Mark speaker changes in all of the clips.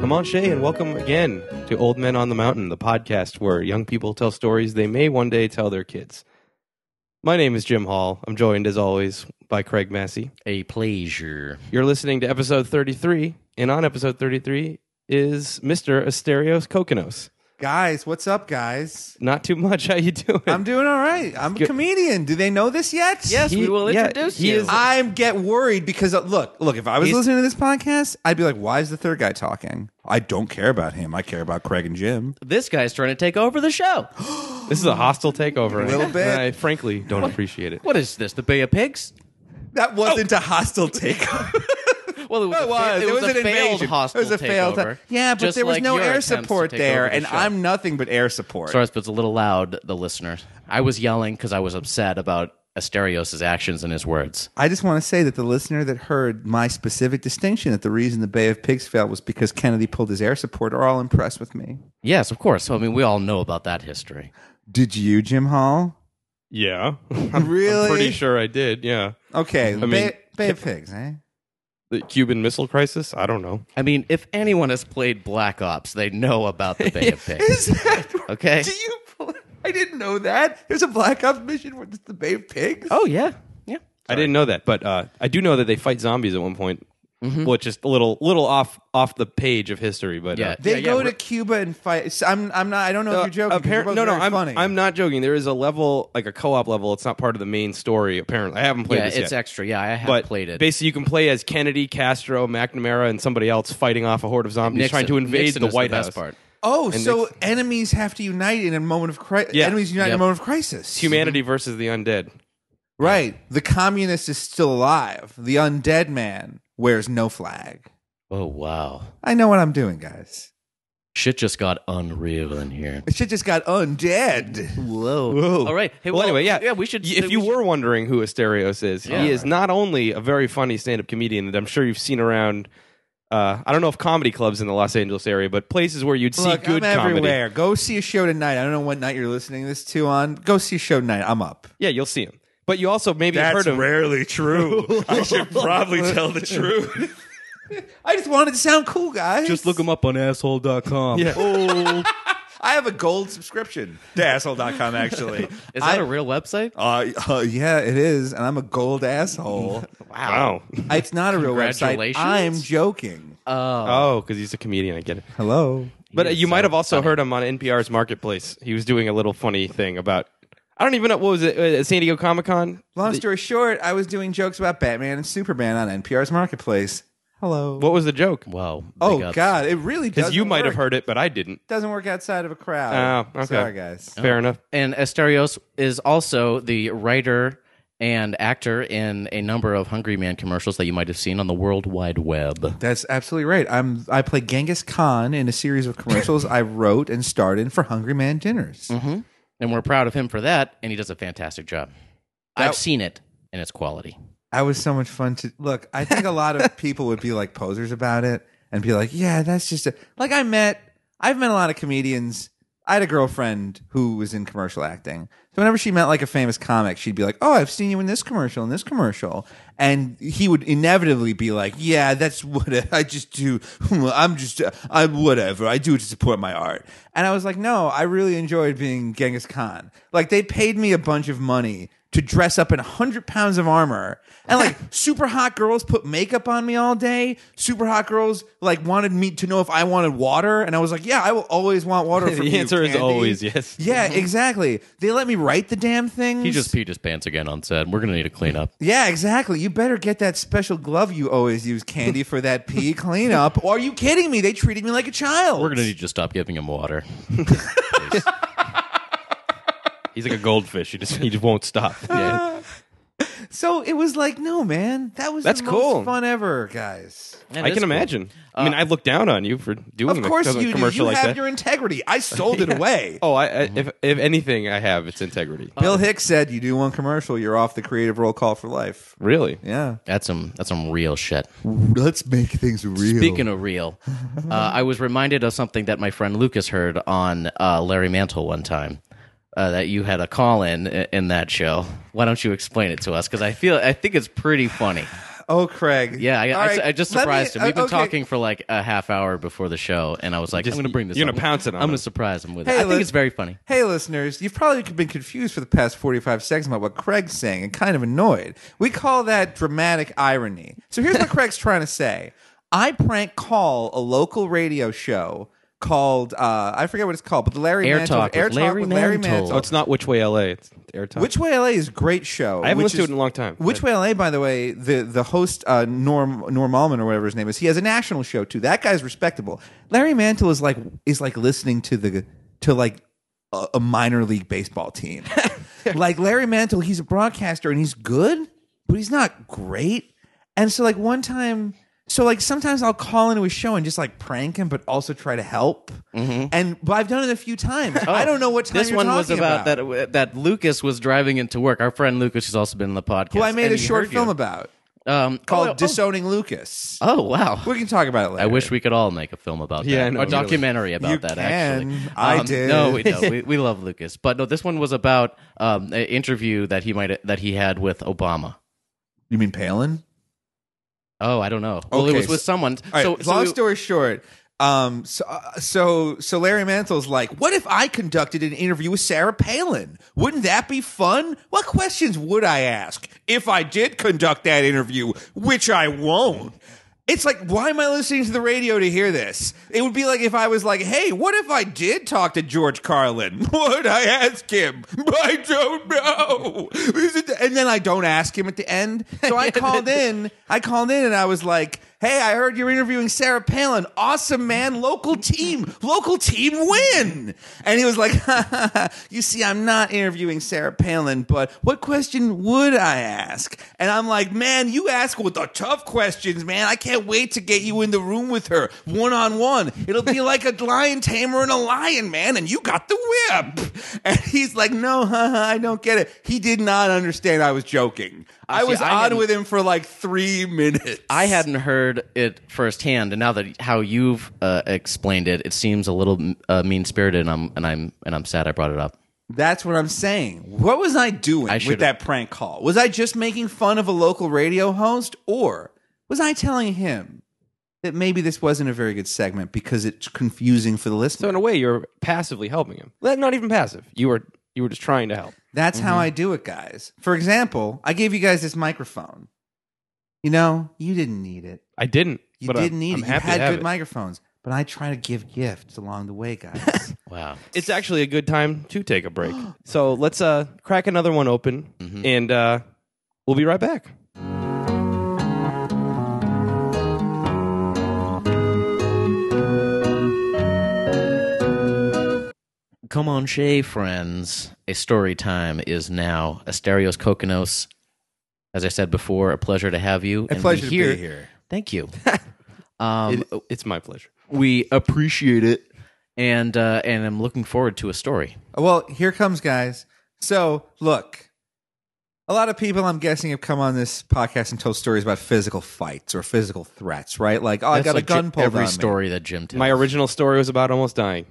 Speaker 1: Comanche, and welcome again to Old Men on the Mountain, the podcast where young people tell stories they may one day tell their kids. My name is Jim Hall. I'm joined, as always, by Craig Massey.
Speaker 2: A pleasure.
Speaker 1: You're listening to episode 33, and on episode 33 is Mr. Asterios Kokonos.
Speaker 3: Guys, what's up, guys?
Speaker 1: Not too much. How you doing?
Speaker 3: I'm doing all right. I'm a comedian. Do they know this yet?
Speaker 2: Yes,
Speaker 1: He-
Speaker 2: we will
Speaker 1: yeah,
Speaker 2: introduce
Speaker 1: he
Speaker 2: you.
Speaker 1: is-
Speaker 3: I get worried because uh, look, look. If I was
Speaker 1: He's-
Speaker 3: listening to this podcast, I'd be like, "Why is the third guy talking? I don't care about him. I care about Craig and Jim."
Speaker 2: this guy's trying to take over the show.
Speaker 1: this is a hostile takeover.
Speaker 3: A little bit.
Speaker 1: And I frankly don't appreciate it.
Speaker 2: What is this? The Bay of Pigs?
Speaker 3: That wasn't a hostile takeover.
Speaker 2: Well, it was. a,
Speaker 3: it was.
Speaker 2: It,
Speaker 3: It
Speaker 2: was
Speaker 3: was
Speaker 2: a
Speaker 3: an
Speaker 2: failed
Speaker 3: invasion.
Speaker 2: hostile
Speaker 3: It was a failed. uh,
Speaker 2: takeover,
Speaker 3: yeah, but
Speaker 2: just
Speaker 3: there was
Speaker 2: like
Speaker 3: no
Speaker 2: your
Speaker 3: air
Speaker 2: attempts to
Speaker 3: support
Speaker 2: take
Speaker 3: there,
Speaker 2: over the
Speaker 3: and
Speaker 2: show.
Speaker 3: I'm nothing but air support.
Speaker 2: Sorry, if it's a little loud. The listeners. I was yelling because I was upset about Asterios' actions and his words.
Speaker 3: I just want to say that the listener that heard my specific distinction that the reason the Bay of Pigs failed was because Kennedy pulled his air support are all impressed with me.
Speaker 2: Yes, of course. So I mean, we all know about that history.
Speaker 3: Did you, Jim Hall?
Speaker 1: Yeah.
Speaker 3: really?
Speaker 1: I'm pretty sure I did. Yeah.
Speaker 3: Okay,
Speaker 1: mean-
Speaker 3: Bay, Bay of Pigs, eh?
Speaker 1: The Cuban Missile Crisis? I don't know.
Speaker 2: I mean, if anyone has played Black Ops, they know about the Bay of Pigs.
Speaker 3: Is that
Speaker 2: Okay.
Speaker 3: Do you? I didn't know that. There's a Black Ops mission where it's the Bay of Pigs.
Speaker 2: Oh yeah, yeah.
Speaker 1: I didn't know that, but uh, I do know that they fight zombies at one point.
Speaker 2: Mm-hmm.
Speaker 1: Well, it's just a little little off off the page of history, but
Speaker 2: Yeah.
Speaker 1: uh,
Speaker 3: they
Speaker 2: yeah,
Speaker 3: go
Speaker 2: yeah.
Speaker 3: to Cuba and fight. so I'm, I'm not. I don't know
Speaker 1: uh,
Speaker 3: if you're joking. 'cause you're
Speaker 1: apparent-
Speaker 3: both
Speaker 1: no, no,
Speaker 3: very
Speaker 1: I'm
Speaker 3: funny.
Speaker 1: I'm not joking. There is a level like a co-op level. It's not part of the main story. Apparently, I haven't played
Speaker 2: Yeah,
Speaker 1: this
Speaker 2: it's
Speaker 1: yet.
Speaker 2: extra. Yeah, I have
Speaker 1: but
Speaker 2: played it.
Speaker 1: basically, you can play as Kennedy, Castro, McNamara, and somebody else fighting off a horde of zombies
Speaker 2: Nixon.
Speaker 1: trying to invade
Speaker 2: Nixon
Speaker 1: the
Speaker 2: is
Speaker 1: White
Speaker 2: best
Speaker 1: House.
Speaker 2: Part.
Speaker 3: Oh,
Speaker 1: And
Speaker 3: so
Speaker 1: they-
Speaker 3: enemies have to unite in a moment of crisis.
Speaker 1: Yeah.
Speaker 3: Enemies unite
Speaker 2: Yep.
Speaker 3: in a moment of crisis.
Speaker 1: Humanity versus the undead.
Speaker 3: right. The communist is still alive. The undead man wears no flag.
Speaker 2: Oh wow,
Speaker 3: I know what I'm doing, guys.
Speaker 2: shit just got unreal in here.
Speaker 3: It shit just got undead.
Speaker 2: Whoa.
Speaker 1: Whoa.
Speaker 2: All right. Hey,
Speaker 1: well, anyway, yeah,
Speaker 2: Yeah, we should.
Speaker 1: If
Speaker 2: we
Speaker 1: you
Speaker 2: should-
Speaker 1: were wondering who Asterios is,
Speaker 2: Yeah.
Speaker 1: he is not only a very funny stand-up comedian that I'm sure you've seen around. Uh, I don't know if comedy clubs in the Los Angeles area, but places where you'd see
Speaker 3: Look,
Speaker 1: good
Speaker 3: I'm
Speaker 1: comedy.
Speaker 3: everywhere. Go see a show tonight. I don't know what night you're listening this to on. Go see a show tonight. I'm up.
Speaker 1: Yeah, you'll see him. But you also maybe have heard him.
Speaker 3: rarely true.
Speaker 4: I should probably tell the truth.
Speaker 3: I just wanted to sound cool, guys.
Speaker 4: them up on asshole.com.
Speaker 1: Yeah.
Speaker 4: Oh.
Speaker 3: I have a gold subscription to asshole.com, actually.
Speaker 2: Is that
Speaker 3: I-
Speaker 2: a real website?
Speaker 3: Uh, uh, yeah, it is, and I'm a gold asshole.
Speaker 1: Wow.
Speaker 3: it's not a real website.
Speaker 2: Congratulations.
Speaker 3: I'm joking.
Speaker 1: Oh, because he's a comedian. I get it.
Speaker 3: Hello.
Speaker 1: But uh,
Speaker 2: is
Speaker 1: you might
Speaker 2: so
Speaker 1: have also
Speaker 2: funny.
Speaker 1: heard him on NPR's Marketplace. He was doing a little funny thing about. I don't even know what was it. Uh, San Diego Comic Con.
Speaker 3: Long story short, I was doing jokes about Batman and Superman on NPR's Marketplace. Hello.
Speaker 1: What was the joke?
Speaker 2: Wow. big
Speaker 3: oh
Speaker 2: ups.
Speaker 3: God, it really does.
Speaker 1: Because you might have heard it, but I didn't.
Speaker 3: Doesn't work outside of a crowd.
Speaker 1: Oh, okay.
Speaker 3: Sorry, guys.
Speaker 1: Fair enough.
Speaker 2: And Asterios is also the writer and actor in a number of Hungry Man commercials that you might have seen on the World Wide Web.
Speaker 3: That's absolutely right. I'm. I play Genghis Khan in a series of commercials I wrote and starred in for Hungry Man Dinners.
Speaker 2: And we're proud of him for that, and he does a fantastic job. I've seen it and its quality.
Speaker 3: I was so much fun to look. I think a lot of people would be like posers about it and be like, "Yeah, that's just a like." I met, I've met a lot of comedians. I had a girlfriend who was in commercial acting, so whenever she met like a famous comic, she'd be like, "Oh, I've seen you in this commercial, in this commercial," and he would inevitably be like, "Yeah, that's what I- I just do. I'm just, I'm whatever. I do it to support my art." And I was like, "No, I really enjoyed being Genghis Khan. Like they paid me a bunch of money." to dress up in 100 pounds of armor. And like super hot girls put makeup on me all day. Super hot girls like wanted me to know if I wanted water. And I was like, yeah, I will always want water from
Speaker 1: The
Speaker 3: you,
Speaker 1: answer is
Speaker 3: Candy."
Speaker 1: always yes.
Speaker 3: Yeah, exactly. They let me write the damn things.
Speaker 2: He just peed his pants again on set. We're going to need a cleanup.
Speaker 3: yeah, exactly. You better get that special glove you always use, Candy, for that pee cleanup. Or are you kidding me? They treated me like a child.
Speaker 2: We're going to need you to stop giving him water.
Speaker 1: He's like a goldfish. He just he just won't stop. Yeah.
Speaker 3: so it was like, no, man, that was
Speaker 1: That's
Speaker 3: the
Speaker 1: cool.
Speaker 3: most fun ever, guys.
Speaker 1: I can imagine. I mean, I look down on you for doing
Speaker 3: Uh, Of course
Speaker 1: a
Speaker 3: you do.
Speaker 1: commercial
Speaker 3: You
Speaker 1: like
Speaker 3: have
Speaker 1: that.
Speaker 3: your integrity. I sold it away.
Speaker 1: oh, I, I, if if anything, I have its integrity.
Speaker 3: Bill Hicks said, "You do one commercial, you're off the creative roll call for life."
Speaker 1: Really?
Speaker 3: Yeah,
Speaker 2: That's some, that's some real shit.
Speaker 3: let's make things real.
Speaker 2: Speaking of real, uh, I was reminded of something that my friend Lucas heard on uh, Larry Mantle one time. Uh, that you had a call in in that show. Why don't you explain it to us? Because I feel I think it's pretty funny.
Speaker 3: Oh, Craig.
Speaker 2: Yeah, I,
Speaker 3: All
Speaker 2: I,
Speaker 3: right,
Speaker 2: I just
Speaker 3: let me- uh,
Speaker 2: surprised him. We've been
Speaker 3: okay.
Speaker 2: talking for like a half hour before the show, and I was like,
Speaker 1: Just-
Speaker 2: I'm going to bring this.
Speaker 1: you're
Speaker 2: up.
Speaker 1: gonna pounce it on
Speaker 2: I'm going
Speaker 1: him.
Speaker 2: to surprise him with
Speaker 3: Hey,
Speaker 2: it. I think
Speaker 3: let's-
Speaker 2: it's very funny.
Speaker 3: Hey, listeners, you've probably been confused for the past 45 seconds about what Craig's saying and kind of annoyed. We call that dramatic irony. So here's what Craig's trying to say I prank call a local radio show called, uh, I forget what it's called, but the Larry
Speaker 2: Air
Speaker 3: Mantle.
Speaker 2: Talk with Larry Mantle.
Speaker 1: Oh, it's not Which Way LA. It's Air Time.
Speaker 3: Which Way LA is a great show.
Speaker 1: I haven't
Speaker 3: which
Speaker 1: listened to
Speaker 3: is-
Speaker 1: it in a long time.
Speaker 3: Which Way LA, by the way, the the host uh, Norm Norm Allman or whatever his name is, he has a national show too. That guy's respectable. Larry Mantle is like is like listening to the to like a, a minor league baseball team. like Larry Mantle, he's a broadcaster and he's good, but he's not great. And so like one time. So like sometimes I'll call into a show and just like prank him, but also try to help. And but I've done it a few times. I don't know what time
Speaker 2: Mm-hmm. Oh. This
Speaker 3: you're
Speaker 2: one was
Speaker 3: talking
Speaker 2: about, that uh, that Lucas was driving into work. Our friend Lucas, who's also been in the podcast.
Speaker 3: who I made
Speaker 2: and
Speaker 3: a
Speaker 2: he
Speaker 3: short
Speaker 2: heard you.
Speaker 3: film about
Speaker 2: um,
Speaker 3: called
Speaker 2: oh, oh,
Speaker 3: Disowning Lucas.
Speaker 2: Oh wow!
Speaker 3: We can talk about it later.
Speaker 2: I wish we could all make a film about
Speaker 1: Yeah, I
Speaker 2: that.
Speaker 1: know,
Speaker 2: or a
Speaker 1: really.
Speaker 2: documentary about
Speaker 3: You
Speaker 2: that,
Speaker 3: can.
Speaker 2: actually.
Speaker 3: I
Speaker 2: Um,
Speaker 3: did.
Speaker 2: No, we, no we, we love Lucas. But no, this one was about um, an interview that he might that he had with Obama.
Speaker 3: You mean Palin?
Speaker 2: Oh, I don't know. Well,
Speaker 3: Okay,
Speaker 2: it was with
Speaker 3: so-
Speaker 2: someone.
Speaker 3: All right.
Speaker 2: so, so
Speaker 3: long
Speaker 2: we-
Speaker 3: story short, um, so, uh, so so Larry Mantle's like, what if I conducted an interview with Sarah Palin? Wouldn't that be fun? What questions would I ask if I did conduct that interview? Which I won't. It's like, why am I listening to the radio to hear this? It would be like if I was like, hey, what if I did talk to George Carlin? Would I ask him? I don't know. Is it- And then I don't ask him at the end. So I called in. I called in and I was like, hey, I heard you're interviewing Sarah Palin. Awesome, man. Local team. Local team win. And he was like, you see, I'm not interviewing Sarah Palin, but what question would I ask? And I'm like, man, you ask with the tough questions, man. I can't wait to get you in the room with her one on one. It'll be like a lion tamer and a lion, man, and you got the whip. And he's like, no, I don't get it. He did not understand I was joking. I
Speaker 2: See,
Speaker 3: was
Speaker 2: I
Speaker 3: on
Speaker 2: hadn't-
Speaker 3: with him for like three minutes.
Speaker 2: I hadn't heard it firsthand, and now that how you've uh, explained it, it seems a little uh, mean spirited, and I'm and I'm and I'm sad I brought it up.
Speaker 3: That's what I'm saying. What was I doing with
Speaker 2: should've-
Speaker 3: that prank call? Was I just making fun of a local radio host, or was I telling him that maybe this wasn't a very good segment because it's confusing for the
Speaker 1: So
Speaker 3: listener?
Speaker 1: in a way, you're passively helping him. Well, Not even passive. You were you were just trying to help.
Speaker 3: That's how I do it, guys. For example, I gave you guys this microphone. You know, you didn't need it.
Speaker 1: I didn't.
Speaker 3: You
Speaker 1: but I'm-
Speaker 3: didn't need
Speaker 1: I'm
Speaker 3: it. You
Speaker 1: happy to
Speaker 3: had
Speaker 1: have
Speaker 3: good
Speaker 1: it.
Speaker 3: microphones, but I try to give gifts along the way, guys.
Speaker 2: Wow.
Speaker 1: It's actually a good time to take a break. so let's uh, crack another one open, and uh, we'll be right back.
Speaker 2: Come on, Shay friends. A story time is now. Asterios Kokonos, as I said before, a pleasure to have you.
Speaker 3: a
Speaker 2: And
Speaker 3: pleasure
Speaker 2: we
Speaker 3: to
Speaker 2: here-
Speaker 3: be here.
Speaker 2: Thank you. um,
Speaker 1: It's my pleasure.
Speaker 2: we appreciate it, and uh, and I'm looking forward to a story.
Speaker 3: Well, here comes, guys. So, look, a lot of people, I'm guessing, have come on this podcast and told stories about physical fights or physical threats, right? Like, oh, I
Speaker 2: That's
Speaker 3: got
Speaker 2: like
Speaker 3: a gun
Speaker 2: Ji-
Speaker 3: pulled
Speaker 2: Every
Speaker 3: on me.
Speaker 2: story that Jim tells.
Speaker 1: My original story was about almost dying.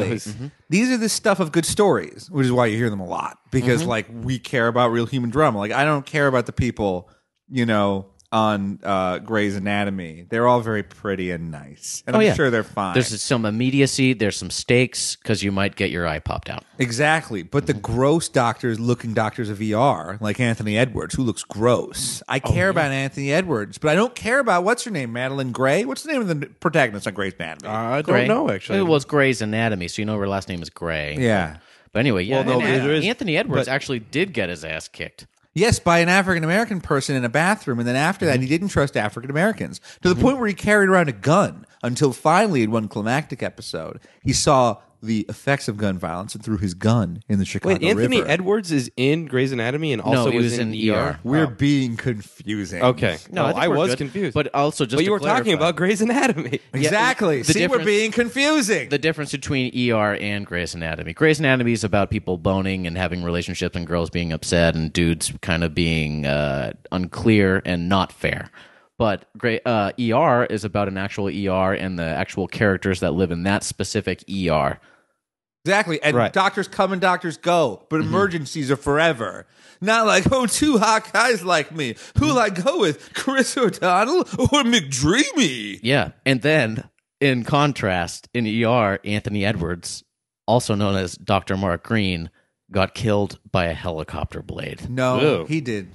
Speaker 1: That was-
Speaker 2: Mm-hmm.
Speaker 3: These are the stuff of good stories, which is why you hear them a lot because,
Speaker 2: Mm-hmm.
Speaker 3: like, we care about real human drama. Like, I don't care about the people, you know, on uh, Grey's Anatomy. They're all very pretty and nice, and
Speaker 2: Oh,
Speaker 3: I'm
Speaker 2: yeah.
Speaker 3: sure they're fine.
Speaker 2: There's some immediacy. There's some stakes because you might get your eye popped out.
Speaker 3: Exactly. But
Speaker 1: Mm-hmm.
Speaker 3: the gross doctors looking doctors of ER, like Anthony Edwards, who looks gross. I
Speaker 1: Oh,
Speaker 3: care about Anthony Edwards, but I don't care about what's her name? Madeline Gray? What's the name of the protagonist on Grey's Anatomy?
Speaker 1: I
Speaker 2: Gray.
Speaker 1: don't know actually.
Speaker 2: It was Gray's Anatomy, so you know her last name is Gray.
Speaker 3: yeah.
Speaker 2: But anyway,
Speaker 1: Well,
Speaker 2: yeah.
Speaker 1: no,
Speaker 2: and
Speaker 1: but there is-
Speaker 2: Anthony Edwards actually did get his ass kicked.
Speaker 3: Yes, by an African American person in a bathroom. And then after
Speaker 1: Mm-hmm.
Speaker 3: that, he didn't trust African Americans to the point where he carried around a gun until finally, in one climactic episode, he saw the effects of gun violence and threw his gun in the Chicago
Speaker 1: Wait, Anthony
Speaker 3: River.
Speaker 1: Edwards is in Grey's Anatomy and also
Speaker 2: no, he
Speaker 1: was,
Speaker 2: was
Speaker 1: in, E
Speaker 2: ER.
Speaker 3: We're being confusing.
Speaker 1: Oh. Okay.
Speaker 2: No,
Speaker 1: Well,
Speaker 2: Oh, I, think
Speaker 1: I
Speaker 2: we're
Speaker 1: was
Speaker 2: good.
Speaker 1: confused.
Speaker 2: But also, just
Speaker 1: but
Speaker 2: to
Speaker 1: you were talking
Speaker 2: clarify,
Speaker 1: about Grey's Anatomy.
Speaker 3: Exactly.
Speaker 2: the
Speaker 3: See, we're
Speaker 2: difference-
Speaker 3: being confusing.
Speaker 2: the difference between ER and Grey's Anatomy. Grey's Anatomy is about people boning and having relationships, and girls being upset, and dudes kind of being uh, unclear and not fair. But Grey, uh, ER E is about an actual ER and the actual characters that live in that specific ER.
Speaker 3: Exactly. And
Speaker 1: Right.
Speaker 3: doctors come and doctors go, but
Speaker 2: Mm-hmm.
Speaker 3: emergencies are forever. Not like, oh, two hot guys like me.
Speaker 2: Mm-hmm.
Speaker 3: Who'll I go with? Chris O'Donnell or McDreamy?
Speaker 2: Yeah. And then, in contrast, in ER, Anthony Edwards, also known as Dr. Mark Green, got killed by a helicopter blade.
Speaker 3: No,
Speaker 1: Ew.
Speaker 3: he did.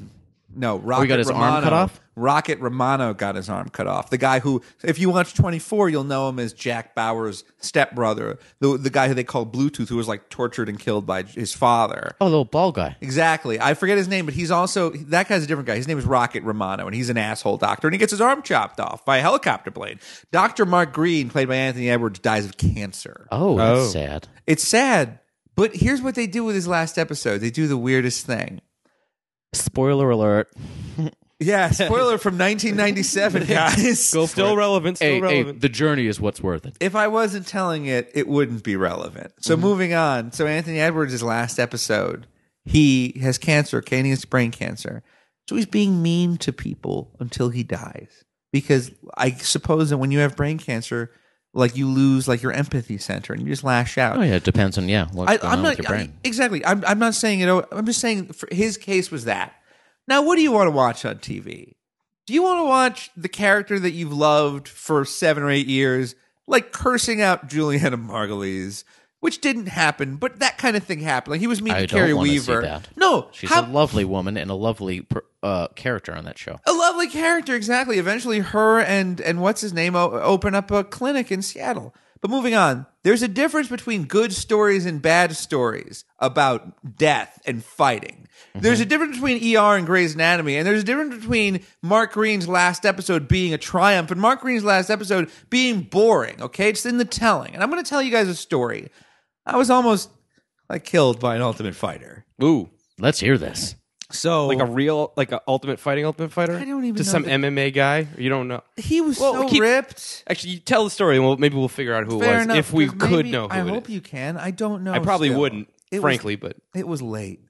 Speaker 3: No, Rocket
Speaker 2: Oh, got his arm
Speaker 3: Romano,
Speaker 2: cut off?
Speaker 3: Rocket Romano got his arm cut off. The guy who, if you watch 24, you'll know him as Jack Bauer's stepbrother, the, the guy who they called Bluetooth, who was like tortured and killed by his father.
Speaker 2: Oh, little ball guy.
Speaker 3: Exactly. I forget his name, but he's also that guy's a different guy. His name is Rocket Romano, and he's an asshole doctor, and he gets his arm chopped off by a helicopter blade. Doctor Mark Green, played by Anthony Edwards, dies of cancer.
Speaker 2: Oh, that's
Speaker 1: Oh.
Speaker 2: sad.
Speaker 3: It's sad, but here's what they do with his last episode. They do the weirdest thing.
Speaker 2: Spoiler alert.
Speaker 3: Yeah, spoiler from 1997, guys.
Speaker 1: still relevant. Still
Speaker 2: Hey, hey,
Speaker 1: relevant.
Speaker 2: the journey is what's worth it.
Speaker 3: if I wasn't telling it, it wouldn't be relevant. So moving on. So Anthony Edwards' last episode, he has cancer, Kane has brain cancer. So he's being mean to people until he dies. Because I suppose that when you have brain cancer, like you lose like your empathy center and you just lash out.
Speaker 2: Oh, yeah. It depends on, yeah, what's
Speaker 3: I,
Speaker 2: going
Speaker 3: I'm
Speaker 2: on
Speaker 3: not
Speaker 2: with your brain.
Speaker 3: I- exactly. I'm, I'm not saying you know. I'm just saying for his case was that. Now, what do you want to watch on TV? Do you want to watch the character that you've loved for seven or eight years, like cursing out Juliana Margulies, which didn't happen, but that kind of thing happened. Like he was mean
Speaker 2: I
Speaker 3: to
Speaker 2: don't
Speaker 3: Carrie
Speaker 2: wanna see
Speaker 3: Weaver.
Speaker 2: that.
Speaker 3: No,
Speaker 2: She's a
Speaker 3: how-
Speaker 2: lovely woman and a lovely per- uh, character on that show.
Speaker 3: a lovely character, exactly. Eventually, her and and what's his name o- open up a clinic in Seattle. But moving on, there's a difference between good stories and bad stories about death and fighting. There's a difference between ER and Grey's Anatomy, and there's a difference between Mark Green's last episode being a triumph and Mark Green's last episode being boring. Okay, it's in the telling, and I'm going to tell you guys a story. I was almost like killed by an Ultimate Fighter.
Speaker 1: Ooh,
Speaker 2: Let's hear this.
Speaker 3: So
Speaker 1: like a real, like a ultimate fighting, ultimate fighter.
Speaker 3: I don't even
Speaker 1: Just some
Speaker 3: know the-
Speaker 1: MMA guy. You don't know.
Speaker 3: he was
Speaker 1: Well,
Speaker 3: so
Speaker 1: keep-
Speaker 3: ripped.
Speaker 1: Actually, you tell the story, and we'll, maybe we'll figure out who it
Speaker 3: Fair
Speaker 1: was
Speaker 3: enough,
Speaker 1: if we
Speaker 3: 'cause
Speaker 1: could
Speaker 3: maybe-
Speaker 1: know. Who
Speaker 3: I
Speaker 1: it
Speaker 3: hope
Speaker 1: is.
Speaker 3: you can. I don't know.
Speaker 1: I probably
Speaker 3: still.
Speaker 1: wouldn't,
Speaker 3: It was-
Speaker 1: frankly, but
Speaker 3: it was late.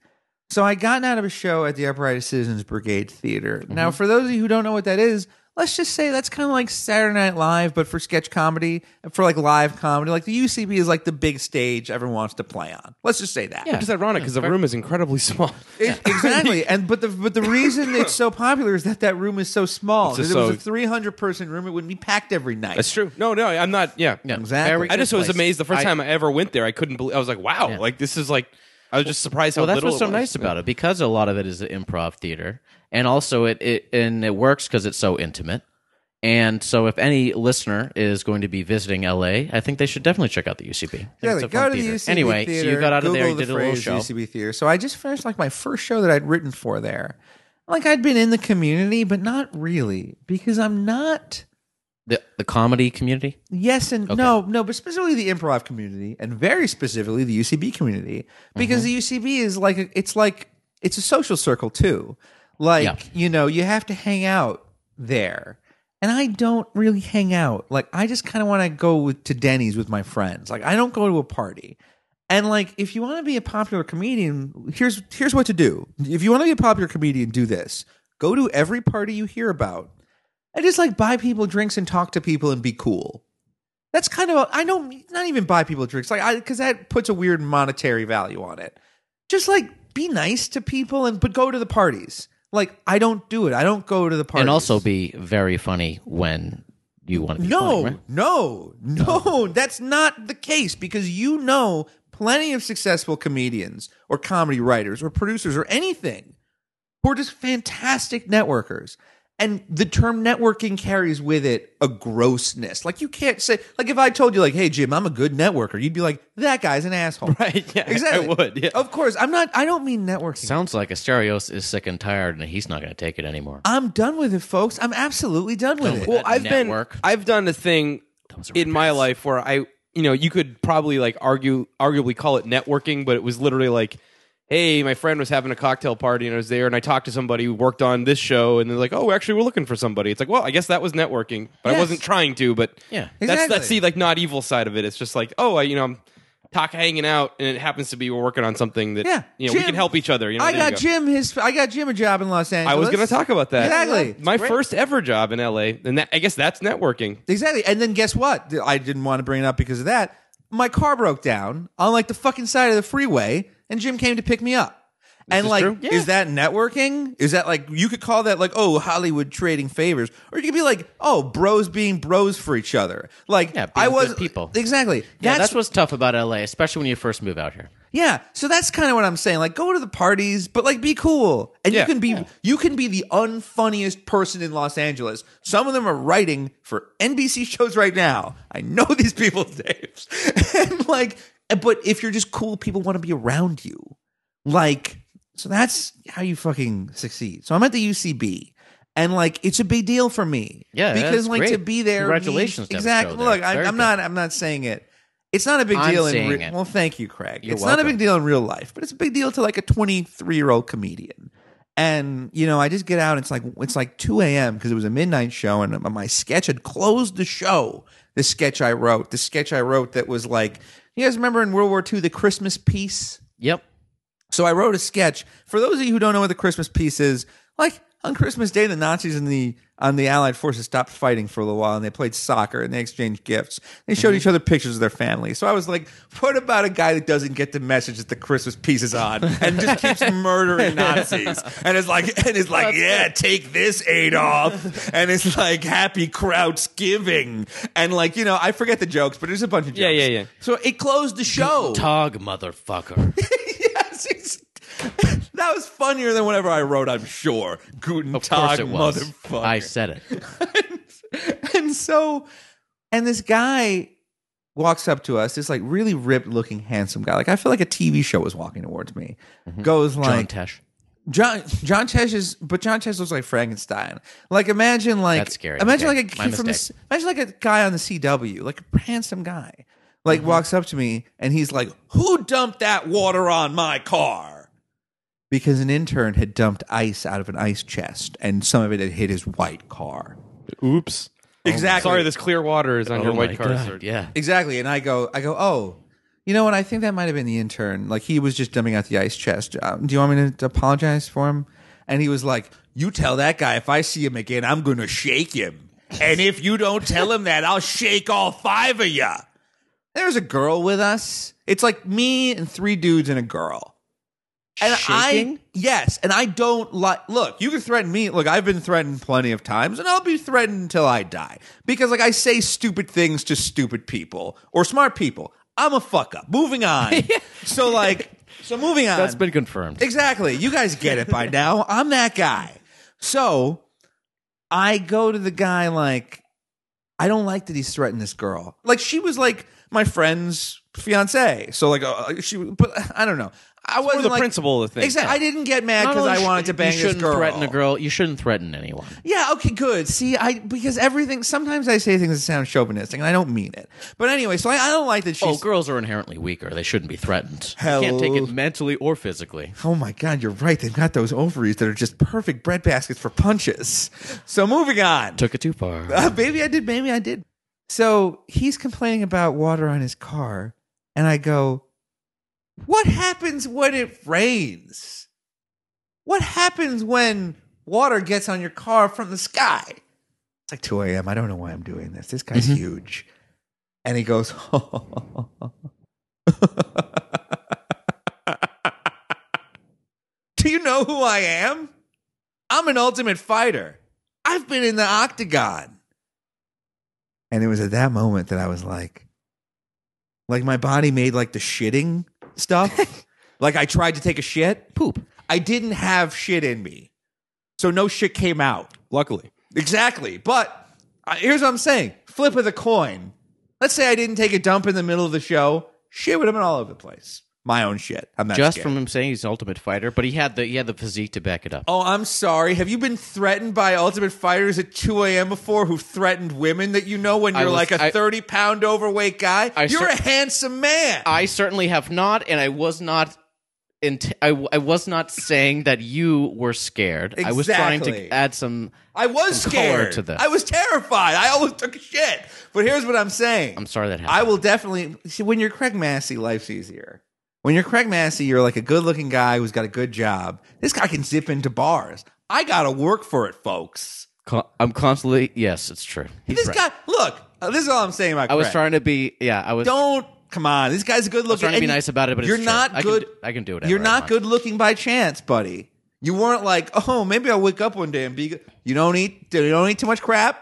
Speaker 3: So I gotten out of a show at the Upright Citizens Brigade Theater. Now,
Speaker 1: Mm-hmm.
Speaker 3: for those of you who don't know what that is, let's just say that's kind of like Saturday Night Live, but for sketch comedy, for like live comedy. Like the UCB is like the big stage everyone wants to play on. Let's just say that.
Speaker 1: which is ironic because the room is incredibly small.
Speaker 3: It- exactly. And but the but the reason it's so popular is that that room is so small.
Speaker 1: It's
Speaker 3: If
Speaker 1: just
Speaker 3: it was a
Speaker 1: so-
Speaker 3: 300 person room, it would be packed every night.
Speaker 1: That's true. No, no, I'm not. Yeah,
Speaker 2: Yeah.
Speaker 3: Exactly.
Speaker 2: Very
Speaker 1: I just
Speaker 2: good
Speaker 1: was
Speaker 2: place.
Speaker 1: amazed the first
Speaker 2: I-
Speaker 1: time I ever went there. I couldn't believe. I was like, wow,
Speaker 2: Yeah.
Speaker 1: like this is like. I was just surprised
Speaker 2: well,
Speaker 1: how
Speaker 2: that's
Speaker 1: little.
Speaker 2: what's so
Speaker 1: it was.
Speaker 2: nice about it because a lot of it is improv theater, and also it, it and it works because it's so intimate. And so, if any listener is going to be visiting LA, I think they should definitely check out the UCB. I think
Speaker 3: Yeah,
Speaker 2: it's a
Speaker 3: like, go
Speaker 2: fun
Speaker 3: to
Speaker 2: theater.
Speaker 3: the UCB
Speaker 2: anyway,
Speaker 3: theater,
Speaker 2: so you got out of
Speaker 3: Google
Speaker 2: there, you
Speaker 3: the
Speaker 2: did a little
Speaker 3: phrase
Speaker 2: show.
Speaker 3: UCB theater. So I just finished like my first show that I'd written for there. Like I'd been in the community, but not really because I'm not.
Speaker 2: The, the comedy community.
Speaker 3: Yes and no, no, but specifically the improv community, and very specifically the UCB community, because the UCB is like a, it's like it's a social circle too. Like
Speaker 2: Yeah.
Speaker 3: you know, you have to hang out there, and I don't really hang out. Like I just kind of want to go with, to Denny's with my friends. Like I don't go to a party. And like, if you want to be a popular comedian, here's here's what to do. If you want to be a popular comedian, do this: go to every party you hear about, and just like buy people drinks and talk to people and be cool. That's kind of a, I don't not even buy people drinks like I because that puts a weird monetary value on it. Just like be nice to people and but go to the parties. Like I don't do it. I don't go to the parties
Speaker 2: and also be very funny when you want to be funny,
Speaker 3: no,
Speaker 2: right?
Speaker 3: no, no, That's not the case because you know plenty of successful comedians or comedy writers or producers or anything who are just fantastic networkers. And the term networking carries with it a grossness. Like you can't say, like if I told you, like, "Hey Jim, I'm a good networker," you'd be like, "That guy's an asshole."
Speaker 1: Right, yeah, I
Speaker 3: Exactly.
Speaker 1: would, yeah.
Speaker 3: Of course, I'm not. I don't mean networking.
Speaker 2: Sounds like Asterios is sick and tired, and he's not going to take it anymore.
Speaker 3: I'm done with it, folks. I'm absolutely done with it.
Speaker 1: well
Speaker 2: that
Speaker 1: i've
Speaker 2: network.
Speaker 1: been i've done a thing in my life where i you know you could probably like argue arguably call it networking but it was literally like hey my friend was having a cocktail party and i was there and i talked to somebody who worked on this show and they're like oh actually we're looking for somebody it's like well i guess that was networking but
Speaker 3: Yes.
Speaker 1: i wasn't trying to but
Speaker 2: Yeah.
Speaker 1: that's
Speaker 3: Exactly.
Speaker 1: that's the like not evil side of it it's just like oh i you know i'm talk hanging out and it happens to be we're working on something that
Speaker 3: Yeah,
Speaker 1: you know we
Speaker 3: Jim,
Speaker 1: can help each other you know
Speaker 3: I
Speaker 1: there you
Speaker 3: got
Speaker 1: go.
Speaker 3: Jim his. I got Jim a job in Los Angeles.
Speaker 1: I was going to talk about that.
Speaker 3: Exactly. It's
Speaker 1: My first ever job in LA, and that, I guess that's networking.
Speaker 3: Exactly. And then guess what? I didn't want to bring it up because of that. my car broke down on like the fucking side of the freeway, and Jim came to pick me up. and
Speaker 1: is
Speaker 3: like,
Speaker 1: true. Yeah.
Speaker 3: is that networking? Is that like you could call that like oh Hollywood trading favors, or you could be like oh bros being bros for each other. Like
Speaker 2: Yeah, being
Speaker 3: I
Speaker 2: good
Speaker 3: was
Speaker 2: people.
Speaker 3: exactly.
Speaker 2: Yeah, that's, what's tough about LA, especially when you first move out here.
Speaker 3: Yeah, so that's kind of what I'm saying. Like, go to the parties, but like, be cool, and you
Speaker 1: Yeah.
Speaker 3: can be you can be the unfunniest person in Los Angeles. Some of them are writing for NBC shows right now. I know these people, Dave. and like, but if you're just cool, people want to be around you. Like, so that's how you fucking succeed. So I'm at the UCB, and like, it's a big deal for me.
Speaker 2: Yeah,
Speaker 3: because
Speaker 2: that's
Speaker 3: like
Speaker 2: great.
Speaker 3: to be there.
Speaker 2: Congratulations
Speaker 3: means-
Speaker 2: to have a show
Speaker 3: exactly.
Speaker 2: there.
Speaker 3: Look, I,
Speaker 2: Very
Speaker 3: I'm
Speaker 2: good.
Speaker 3: not. I'm not saying it. It's not a big
Speaker 2: I'm
Speaker 3: deal in
Speaker 2: saying
Speaker 3: re-
Speaker 2: it.
Speaker 3: well. Thank you, Craig.
Speaker 2: You're
Speaker 3: it's not a
Speaker 2: welcome.
Speaker 3: big deal in real life, but it's a big deal to like a 23 year old comedian. And you know, I just get out. And it's like it's like 2 a.m. because it was a midnight show, and my sketch had closed the show. The sketch I wrote, the sketch I wrote that was like, you guys remember in World War II the Christmas piece?
Speaker 2: Yep.
Speaker 3: So I wrote a sketch. For those of you who don't know what the Christmas piece is, like on Christmas Day, the Nazis and the on the Allied forces stopped fighting for a little while, and they played soccer and they exchanged gifts. They
Speaker 1: Mm-hmm.
Speaker 3: showed each other pictures of their family. So I was like, "What about a guy that doesn't get the message that the Christmas piece is on and just keeps murdering Nazis and is like and is like, yeah, take this Adolf," and it's like Happy Krauts giving and like you know, I forget the jokes, but there's a bunch of jokes.
Speaker 1: Yeah, yeah, yeah.
Speaker 3: So it closed the show
Speaker 2: Tog motherfucker.
Speaker 3: yes, it's- that was funnier than whatever I wrote. I'm sure. Guten
Speaker 2: Of course
Speaker 3: Tag,
Speaker 2: it was.
Speaker 3: motherfucker.
Speaker 2: I said it.
Speaker 3: and so, and this guy walks up to us. This like really ripped looking, handsome guy. Like I feel like a TV show was walking towards me. Goes
Speaker 2: Mm-hmm. John
Speaker 3: like
Speaker 2: Tesh.
Speaker 3: John John Tesh is, but John Tesh looks like Frankenstein. Like imagine like
Speaker 2: That's scary.
Speaker 3: Imagine
Speaker 2: Okay.
Speaker 3: like a
Speaker 2: My
Speaker 3: kid from the, C-
Speaker 2: mistake.
Speaker 3: imagine like a guy on the CW, like a handsome guy, like
Speaker 2: Mm-hmm.
Speaker 3: walks up to me and he's like, "Who dumped that water on my car?" Because an intern had dumped ice out of an ice chest, and some of it had hit his white car.
Speaker 1: Oops.
Speaker 3: Exactly.
Speaker 1: Sorry, this clear water is on your
Speaker 2: Oh my
Speaker 1: white car.
Speaker 2: God,
Speaker 1: sir.
Speaker 2: Yeah.
Speaker 3: Exactly. And I go, I go, oh, you know what? I think that might have been the intern. Like he was just dumping out the ice chest. Uh, do you want me to apologize for him? And he was like, you tell that guy if I see him again, I'm going to shake him. And if you don't tell him that, I'll shake all five of ya. There's a girl with us. It's like me and three dudes and a girl. And I
Speaker 2: Shaking?
Speaker 3: yes, and I don't like. Look, you can threaten me. Look, I've been threatened plenty of times, and I'll be threatened until I die because, like, I say stupid things to stupid people or smart people. I'm a fuck up. Moving on. So like, so moving on.
Speaker 2: That's been confirmed.
Speaker 3: Exactly. You guys get it by now. I'm that guy. So I go to the guy like, I don't like that he's threatened this girl. Like she was like my friend's fiance. So like uh, she, but I don't know. I
Speaker 1: Or
Speaker 3: wasn't
Speaker 1: the
Speaker 3: like,
Speaker 1: principle of the thing.
Speaker 3: Exactly. I didn't get mad
Speaker 2: Not
Speaker 3: because
Speaker 2: only
Speaker 3: I
Speaker 2: sh-
Speaker 3: wanted to bang
Speaker 2: you
Speaker 3: this
Speaker 2: shouldn't Threaten a girl. You shouldn't threaten anyone.
Speaker 3: yeah, okay, good. See, I because everything sometimes I say things that sound chauvinistic and I don't mean it. But anyway, so I, I don't like that she's
Speaker 2: oh, girls are inherently weaker. They shouldn't be threatened.
Speaker 3: Hell.
Speaker 2: You can't take it mentally or physically.
Speaker 3: Oh my God, you're right. They've got those ovaries that are just perfect breadbaskets for punches. So moving on.
Speaker 2: Took it too far.
Speaker 3: Uh, maybe I did. Maybe I did. So he's complaining about water on his car, and I go, "What happens when it rains? What happens when water gets on your car from the sky?" It's like 2 a.m. I don't know why I'm doing this. This guy's huge, and he goes, "Do you know who I am? I'm an ultimate fighter." I've been in the octagon. And it was at that moment that I was like, like my body made like the shitting stuff. like I tried to take a shit.
Speaker 2: Poop.
Speaker 3: I didn't have shit in me. So no shit came out.
Speaker 1: Luckily.
Speaker 3: Exactly. But uh, here's what I'm saying flip of the coin. Let's say I didn't take a dump in the middle of the show. Shit would have been all over the place. My own shit. I'm not
Speaker 2: Just
Speaker 3: scared.
Speaker 2: from him saying he's an ultimate fighter, but he had the he had the physique to back it up.
Speaker 3: Oh, I'm sorry. Have you been threatened by Ultimate Fighters at 2 a.m. before who threatened women that you know when
Speaker 2: I
Speaker 3: you're
Speaker 2: was-
Speaker 3: like a
Speaker 2: I-
Speaker 3: 30 pound overweight guy?
Speaker 2: I
Speaker 3: you're
Speaker 2: cer-
Speaker 3: a handsome man.
Speaker 2: I certainly have not, and I was not. Int- I, w- I was not saying that you were scared. I was trying
Speaker 3: Exactly.
Speaker 2: to add some.
Speaker 3: I was
Speaker 2: some color
Speaker 3: scared.
Speaker 2: to this.
Speaker 3: I was terrified. I almost took a shit. But here's what I'm saying.
Speaker 2: I'm sorry that happened.
Speaker 3: I will definitely see when you're Craig Massey, life's easier. When you're Craig Massey, you're like a good looking guy who's got a good job. This guy can zip into bars. I gotta work for it, folks.
Speaker 2: Con- I'm constantly. Yes, it's true. He's
Speaker 3: this
Speaker 2: right.
Speaker 3: guy, look, uh, this is all I'm saying about
Speaker 2: I was
Speaker 3: Craig.
Speaker 2: trying to be. Yeah, I was.
Speaker 3: Don't Come on, this guy's good looking.
Speaker 2: trying to be nice about it, but it's
Speaker 3: you're
Speaker 2: true.
Speaker 3: not
Speaker 2: I can
Speaker 3: good.
Speaker 2: do- I can do whatever
Speaker 3: You're
Speaker 2: I
Speaker 3: not
Speaker 2: want.
Speaker 3: good looking by chance, buddy. You weren't like, oh, maybe I'll wake up one day and be. good." You don't eat. You don't eat too much crap.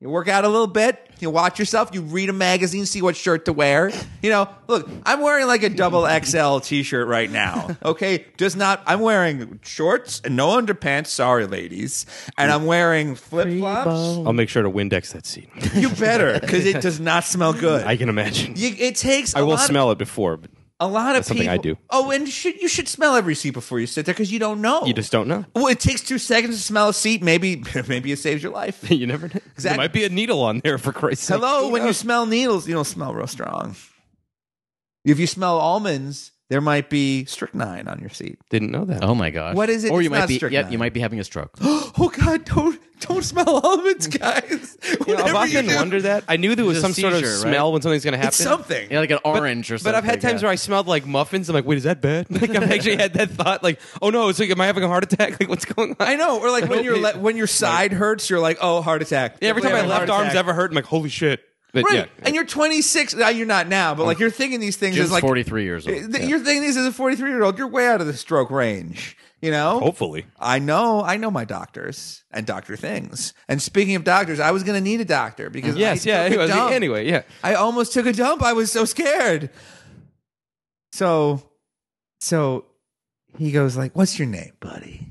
Speaker 3: You work out a little bit. You watch yourself. You read a magazine. See what shirt to wear. You know, look, I'm wearing like a double XL T-shirt right now. Okay, just not. I'm wearing shorts and no underpants. Sorry, ladies. And I'm wearing flip flops.
Speaker 1: I'll make sure to Windex that scene.
Speaker 3: You better, because it does not smell good.
Speaker 1: I can imagine.
Speaker 3: You, it takes. I
Speaker 1: I will
Speaker 3: lot
Speaker 1: smell it before, but
Speaker 3: Of, a lot of
Speaker 1: That's something I
Speaker 3: people-
Speaker 1: do.
Speaker 3: Oh, and you should, you should smell every seat before you sit there because you don't know.
Speaker 1: you just don't know.
Speaker 3: Well, it takes two seconds to smell a seat. Maybe maybe it saves your life.
Speaker 1: you never know.
Speaker 3: Exactly.
Speaker 1: There might be a needle on there for Christ's sake.
Speaker 3: Hello,
Speaker 1: Who
Speaker 3: when you
Speaker 1: knows?
Speaker 3: smell needles, you don't smell real strong. If you smell almonds, there might be strychnine on your seat.
Speaker 1: didn't know that.
Speaker 2: Oh my gosh!
Speaker 3: What is it?
Speaker 2: Or you
Speaker 3: It's
Speaker 2: might
Speaker 3: not
Speaker 2: be.
Speaker 3: strychnine.
Speaker 2: Yep, you might be having a stroke.
Speaker 3: Oh God! Don't don't smell almonds, guys.
Speaker 1: You know, I've
Speaker 3: Whatever you
Speaker 1: often
Speaker 3: do,
Speaker 1: wondered that. I knew there was
Speaker 2: It's
Speaker 1: some
Speaker 2: a
Speaker 1: sort of
Speaker 2: seizure, right?
Speaker 1: smell when something's going to happen.
Speaker 3: it's something.
Speaker 2: yeah, like an orange or something.
Speaker 1: But I've had times
Speaker 2: yeah.
Speaker 1: where I smelled like muffins. I'm like, wait, is that bad? Like, I've actually had that thought. Like, oh no, it's like, am I having a heart attack? Like, what's going on?
Speaker 3: I know. Or like when your le- when your side hurts, you're like, oh, heart attack.
Speaker 1: Yeah, every time my
Speaker 3: Definitely
Speaker 1: left
Speaker 3: having a heart
Speaker 1: arm's
Speaker 3: attack.
Speaker 1: ever hurt, I'm like, holy shit. But
Speaker 3: Right.
Speaker 1: yeah.
Speaker 3: And you're 26. Now you're not now, but like you're thinking these things
Speaker 2: Jim's
Speaker 3: as like
Speaker 2: 43 years old.
Speaker 3: th-
Speaker 2: Yeah.
Speaker 3: You're thinking these as a 43 year old. You're way out of the stroke range. You know.
Speaker 1: Hopefully.
Speaker 3: I know. I know my doctors and doctor things. And speaking of doctors, I was going to need a doctor because
Speaker 1: Yes,
Speaker 3: I
Speaker 1: yeah.
Speaker 3: Took
Speaker 1: Anyways,
Speaker 3: a dump.
Speaker 1: anyway, yeah.
Speaker 3: I almost took a dump. I was so scared. So, so he goes like, "What's your name, buddy?"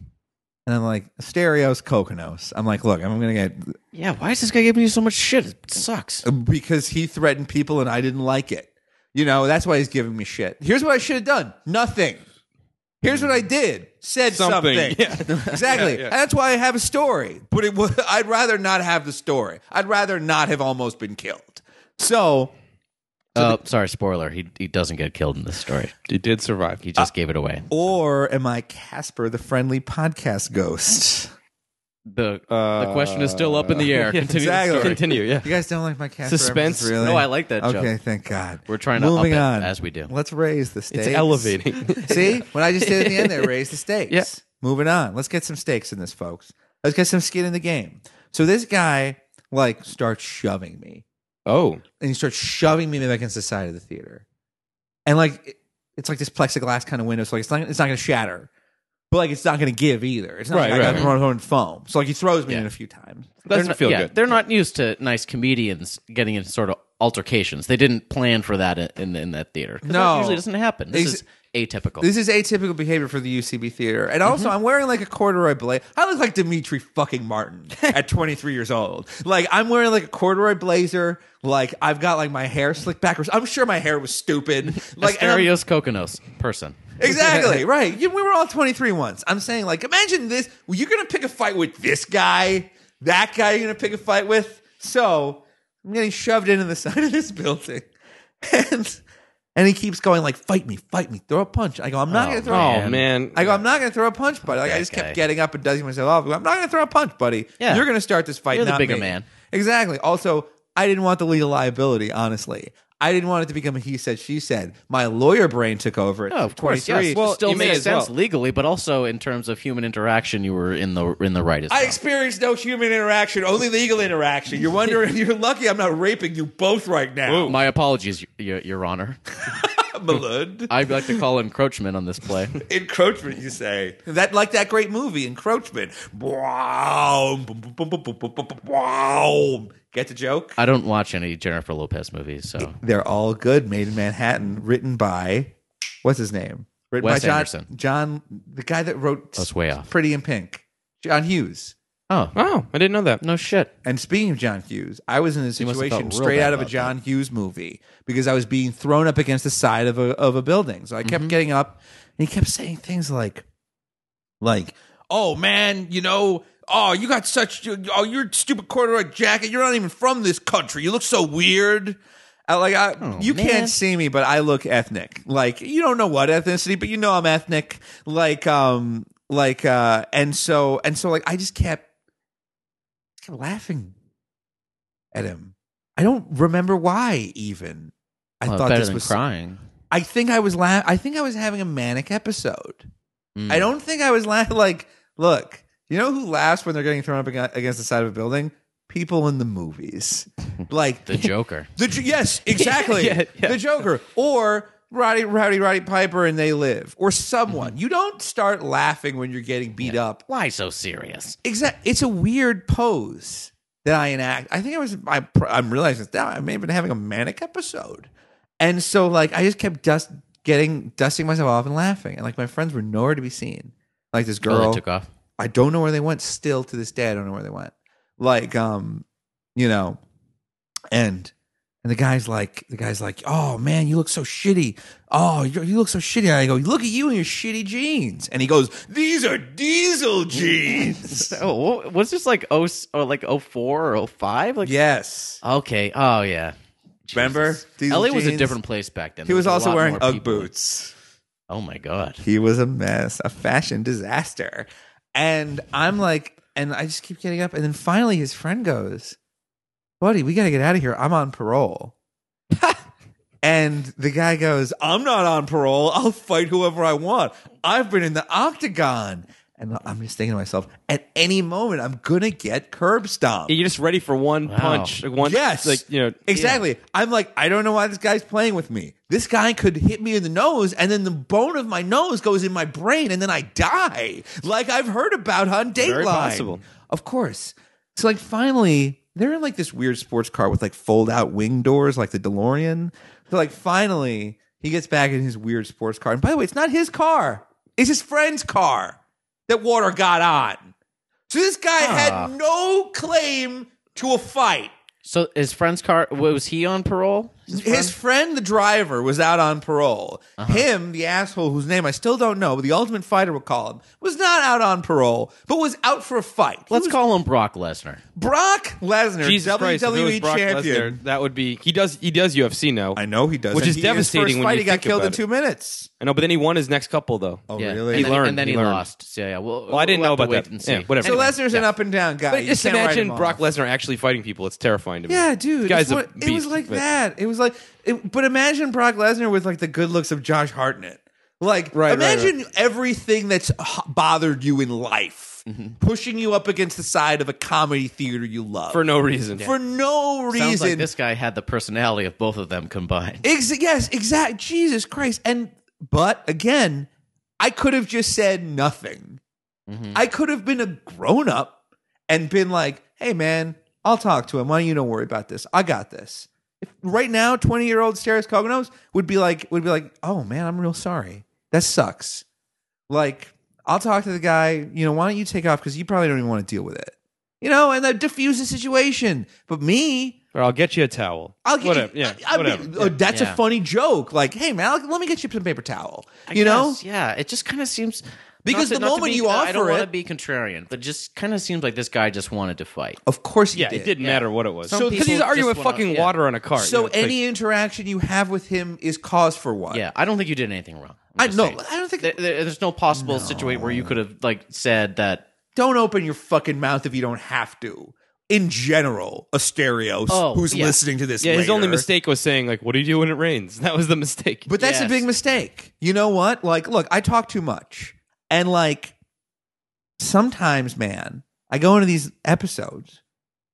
Speaker 3: And I'm like, "Stereos Coconos." I'm like, "Look, I'm going to get
Speaker 2: Yeah, why is this guy giving you so much shit? It sucks.
Speaker 3: because he threatened people and I didn't like it. You know, that's why he's giving me shit. Here's what I should have done. Nothing. Here's what I did. Said something.
Speaker 1: Something. Yeah.
Speaker 3: exactly.
Speaker 1: yeah.
Speaker 3: And that's why I have a story. But it was, I'd rather not have the story. I'd rather not have almost been killed. So
Speaker 2: Oh, sorry, spoiler. He he doesn't get killed in this story.
Speaker 1: It did survive.
Speaker 2: He just gave it away.
Speaker 3: or am I Casper the friendly podcast ghost?
Speaker 2: The uh, the question is still up in the air. Continue the
Speaker 3: exactly.
Speaker 2: story.
Speaker 1: Continue, yeah.
Speaker 3: You guys don't like my Casper
Speaker 1: Suspense?
Speaker 3: references, really?
Speaker 2: No, I like that joke.
Speaker 3: Okay, thank God.
Speaker 2: We're trying to
Speaker 3: Moving
Speaker 2: up it
Speaker 3: on.
Speaker 2: as we do.
Speaker 3: Let's raise the stakes.
Speaker 1: It's elevating.
Speaker 3: See what I just did at the end there? Raise the stakes.
Speaker 1: Yeah.
Speaker 3: Moving on. Let's get some stakes in this, folks. Let's get some skin in the game. So this guy like starts shoving me,
Speaker 1: oh.
Speaker 3: and he starts shoving me back against the side of the theater, and like it- it's like this plexiglass kind of window, so like it's not it's not going to shatter, but like it's not going to give either. It's not
Speaker 1: Right,
Speaker 3: like
Speaker 1: right,
Speaker 3: I got
Speaker 1: right.
Speaker 3: thrown thrown foam. So like he throws me
Speaker 2: Yeah.
Speaker 3: in a few times.
Speaker 1: Doesn't
Speaker 2: not,
Speaker 1: feel
Speaker 2: yeah,
Speaker 1: good.
Speaker 2: They're not used to nice comedians getting into sort of altercations. They didn't plan for that in in, in that theater. 'Cause
Speaker 3: No.
Speaker 2: that usually doesn't happen. This
Speaker 3: Ex-
Speaker 2: is atypical.
Speaker 3: This is atypical behavior for the UCB theater. And also, I'm wearing like a corduroy blazer. I look like Dimitri fucking Martin at 23 years old. Like, I'm wearing like a corduroy blazer. Like, I've got like my hair slicked backwards. I'm sure my hair was stupid. Like, and I'm-
Speaker 2: Asterios Kokonos person.
Speaker 3: exactly. Right. You, we were all 23 once. I'm saying, like, imagine this. Well, you're going to pick a fight with this guy, that guy you're going to pick a fight with. So, I'm getting shoved into the side of this building. And. And he keeps going like, "Fight me, fight me, throw a punch." I go, "I'm not
Speaker 2: Oh,
Speaker 3: gonna throw a
Speaker 1: Oh,
Speaker 2: And-
Speaker 1: man.
Speaker 3: I go, I'm not going to throw a punch, buddy. Like, I
Speaker 2: That
Speaker 3: just
Speaker 2: guy.
Speaker 3: kept getting up and dusting myself off. I go, I'm not going to throw a punch, buddy.
Speaker 2: Yeah.
Speaker 3: You're going to start this fight.
Speaker 2: You're the
Speaker 3: not
Speaker 2: bigger
Speaker 3: me.
Speaker 2: man.
Speaker 3: Exactly. Also, I didn't want the legal liability, honestly. I didn't want it to become a he said, she said. My lawyer brain took over it.
Speaker 2: Oh, of course, yes.
Speaker 1: Well,
Speaker 2: still
Speaker 1: you may
Speaker 2: made
Speaker 1: as well.
Speaker 2: sense legally, but also in terms of human interaction, you were in the in the right as well.
Speaker 3: I experienced no human interaction, only legal interaction. You're wondering, you're lucky I'm not raping you both right now,
Speaker 2: My apologies, Your, Your Honor.
Speaker 3: Malud.
Speaker 2: I'd like to call encroachment on this play.
Speaker 3: Encroachment, you say? That like that great movie, Encroachment. Wow, Get the joke?
Speaker 2: I don't watch any Jennifer Lopez movies, so
Speaker 3: They're all good. Made in Manhattan, written by what's his name? Written
Speaker 2: Wes
Speaker 3: by John,
Speaker 2: Anderson.
Speaker 3: John, the guy that wrote
Speaker 2: that's way off.
Speaker 3: Pretty in Pink, John Hughes.
Speaker 2: Oh,
Speaker 1: Oh, I didn't know that.
Speaker 2: no shit.
Speaker 3: And speaking of John Hughes, I was in a
Speaker 2: must have
Speaker 3: situation
Speaker 2: felt real
Speaker 3: straight
Speaker 2: bad
Speaker 3: out of a
Speaker 2: about that.
Speaker 3: John Hughes movie because I was being thrown up against the side of a of a building. So I
Speaker 2: Mm-hmm.
Speaker 3: kept getting up, and he kept saying things like, like, "Oh man, you know." Oh, you got such oh your stupid corduroy jacket. You're not even from this country. You look so weird. I, like I, you
Speaker 2: Oh, man.
Speaker 3: can't see me, but I look ethnic. Like you don't know what ethnicity, but you know I'm ethnic. Like um like uh and so and so like I just kept kept laughing at him. I don't remember why even. I
Speaker 2: Well,
Speaker 3: thought
Speaker 2: better
Speaker 3: this
Speaker 2: than
Speaker 3: was
Speaker 2: crying.
Speaker 3: I think I was la- I think I was having a manic episode.
Speaker 2: Mm.
Speaker 3: I don't think I was la- like look, you know who laughs when they're getting thrown up aga- against the side of a building? people in the movies, like
Speaker 2: The Joker.
Speaker 3: Mm. The J- yes, exactly.
Speaker 1: Yeah, yeah.
Speaker 3: The Joker or Roddy Rowdy Roddy Piper and They Live or
Speaker 2: Mm-hmm.
Speaker 3: someone. You don't start laughing when you're getting beat up.
Speaker 2: Why so serious?
Speaker 3: Exact. It's a weird pose that I enact. I think I was. I, pr- I'm realizing now. I may have been having a manic episode, and so like I just kept dust getting dusting myself off and laughing, and like my friends were nowhere to be seen. Like this
Speaker 2: Oh,
Speaker 3: girl
Speaker 2: they took off.
Speaker 3: I don't know where they went. Still to this day, I don't know where they went. Like, um, you know, and and the guy's like, the guy's like, oh man, you look so shitty. Oh, you, you look so shitty. And I go, look at you in your shitty jeans. And he goes, these are diesel jeans.
Speaker 2: Oh, wha- was this like oh s- or like oh four or oh five? Like
Speaker 3: yes,
Speaker 2: okay. Oh yeah.
Speaker 3: Remember?
Speaker 2: Jesus.
Speaker 3: These
Speaker 2: LA was a
Speaker 3: jeans?
Speaker 2: different place back then.
Speaker 3: he
Speaker 2: There
Speaker 3: was
Speaker 2: a
Speaker 3: also
Speaker 2: lot
Speaker 3: wearing
Speaker 2: more
Speaker 3: UGG
Speaker 2: people.
Speaker 3: boots.
Speaker 2: Oh my god.
Speaker 3: He was a mess, a fashion disaster. And I'm like, and I just keep getting up. And then finally his friend goes, Buddy, we got to get out of here. I'm on parole. and the guy goes, I'm not on parole. I'll fight whoever I want. I've been in the octagon. And I'm just thinking to myself, at any moment, I'm going to get curb stomped.
Speaker 1: You're just ready for one
Speaker 2: Wow.
Speaker 1: punch. Like one,
Speaker 3: Yes.
Speaker 1: Like, you know,
Speaker 3: Exactly. I'm like, I don't know why this guy's playing with me. This guy could hit me in the nose, and then the bone of my nose goes in my brain, and then I die, like I've heard about on Dateline.
Speaker 1: Very possible.
Speaker 3: Of course. So, like, finally, they're in like this weird sports car with like fold out wing doors, like the DeLorean. So, like, finally, he gets back in his weird sports car. And by the way, it's not his car, it's his friend's car that Water got on. So, this guy
Speaker 2: Ah.
Speaker 3: had no claim to a fight.
Speaker 2: So his friend's car was he on parole?
Speaker 3: His friend, the driver, was out on parole.
Speaker 1: Uh-huh.
Speaker 3: Him, the asshole whose name I still don't know, but the ultimate fighter will call him, was not out on parole, but was out for a fight. He
Speaker 2: Let's
Speaker 3: was
Speaker 2: call him Brock Lesnar.
Speaker 3: Brock Lesnar,
Speaker 1: Jesus
Speaker 3: WWE
Speaker 1: Christ, if it was Brock
Speaker 3: E champion.
Speaker 1: Lesnar, that would be he does he does UFC now.
Speaker 3: I know he does,
Speaker 1: Which
Speaker 3: And
Speaker 1: is
Speaker 3: he-
Speaker 1: devastating
Speaker 3: His first
Speaker 1: when
Speaker 3: fight,
Speaker 1: you
Speaker 3: he got
Speaker 1: think
Speaker 3: killed in
Speaker 1: about it.
Speaker 3: two minutes.
Speaker 1: I know, but then he won his next couple though.
Speaker 3: Oh,
Speaker 2: yeah.
Speaker 3: really?
Speaker 2: And
Speaker 1: He
Speaker 2: then,
Speaker 1: learned,
Speaker 2: And then he,
Speaker 1: he learned.
Speaker 2: lost. So yeah. Well,
Speaker 1: Well, I didn't
Speaker 2: we'll
Speaker 1: know
Speaker 2: have to
Speaker 1: about
Speaker 2: wait
Speaker 1: that.
Speaker 2: And see.
Speaker 1: Yeah, whatever.
Speaker 3: so
Speaker 1: Anyway,
Speaker 3: Lesnar's an up and down guy.
Speaker 1: But
Speaker 3: You
Speaker 1: just
Speaker 3: can't write
Speaker 1: imagine
Speaker 3: him off.
Speaker 1: Brock Lesnar actually fighting people. It's terrifying to me.
Speaker 3: Yeah, dude.
Speaker 1: This guy's
Speaker 3: it's
Speaker 1: a
Speaker 3: what- it was
Speaker 1: beast,
Speaker 3: like
Speaker 1: but-
Speaker 3: that. It was like, it, but imagine Brock Lesnar with like the good looks of Josh Hartnett. Like,
Speaker 1: Right, right,
Speaker 3: imagine everything that's h- bothered you in life, pushing you up against the side of a comedy theater you love
Speaker 1: Mm-hmm. for no reason.
Speaker 3: for no reason.
Speaker 2: Sounds like this guy had the personality of both of them combined.
Speaker 3: Ex- yes, exact. Jesus Christ. And but again, I could have just said nothing. I could have been a grown up and been like, "Hey, man, I'll talk to him. Why don't you don't worry about this? I got this." If, right now, twenty year old Steris Koganos would be like, would be like, "Oh man, I'm real sorry. That sucks." Like, I'll talk to the guy. You know, why don't you take off because you probably don't even want to deal with it. You know, and that diffuse the situation. But me,
Speaker 1: Or I'll get you a towel.
Speaker 3: I'll get
Speaker 1: whatever.
Speaker 3: you.
Speaker 1: Yeah,
Speaker 3: I, I
Speaker 1: whatever.
Speaker 3: mean, uh, that's
Speaker 2: Yeah.
Speaker 3: a funny joke. Like, hey man, I'll- let me get you some paper towel.
Speaker 2: I
Speaker 3: you know,
Speaker 2: guess, yeah. It just kind of seems
Speaker 3: Because
Speaker 2: not to-
Speaker 3: the
Speaker 2: not to
Speaker 3: moment
Speaker 2: be-
Speaker 3: you
Speaker 2: I don't
Speaker 3: offer
Speaker 2: want to
Speaker 3: it-
Speaker 2: be contrarian, but just kind of seems like this guy just wanted to fight.
Speaker 3: of course you
Speaker 1: yeah,
Speaker 3: did.
Speaker 1: it didn't
Speaker 2: Yeah.
Speaker 1: matter what it was.
Speaker 2: Some
Speaker 1: So because
Speaker 2: people
Speaker 1: he's arguing
Speaker 2: just
Speaker 1: with
Speaker 2: wanna-
Speaker 1: fucking
Speaker 2: yeah.
Speaker 1: water on a car. you
Speaker 3: So
Speaker 1: know, it's
Speaker 3: any interaction you have with him is cause for one.
Speaker 2: Yeah, I don't think you did anything wrong.
Speaker 3: I-
Speaker 2: I'm just
Speaker 3: no,
Speaker 2: saying.
Speaker 3: I don't think-
Speaker 2: There- there- there's no possible situation where you could have like said that.
Speaker 3: Don't open your fucking mouth if you don't have to. In general, Asterios,
Speaker 2: Oh,
Speaker 3: who's
Speaker 2: yeah.
Speaker 3: listening to this,
Speaker 1: like, yeah, his only
Speaker 3: later.
Speaker 1: mistake was saying like, "What do you do when it rains?" That was the mistake.
Speaker 3: But that's a
Speaker 2: Yes.
Speaker 3: big mistake. You know what? Like, look, I talk too much. And like sometimes, man, I go into these episodes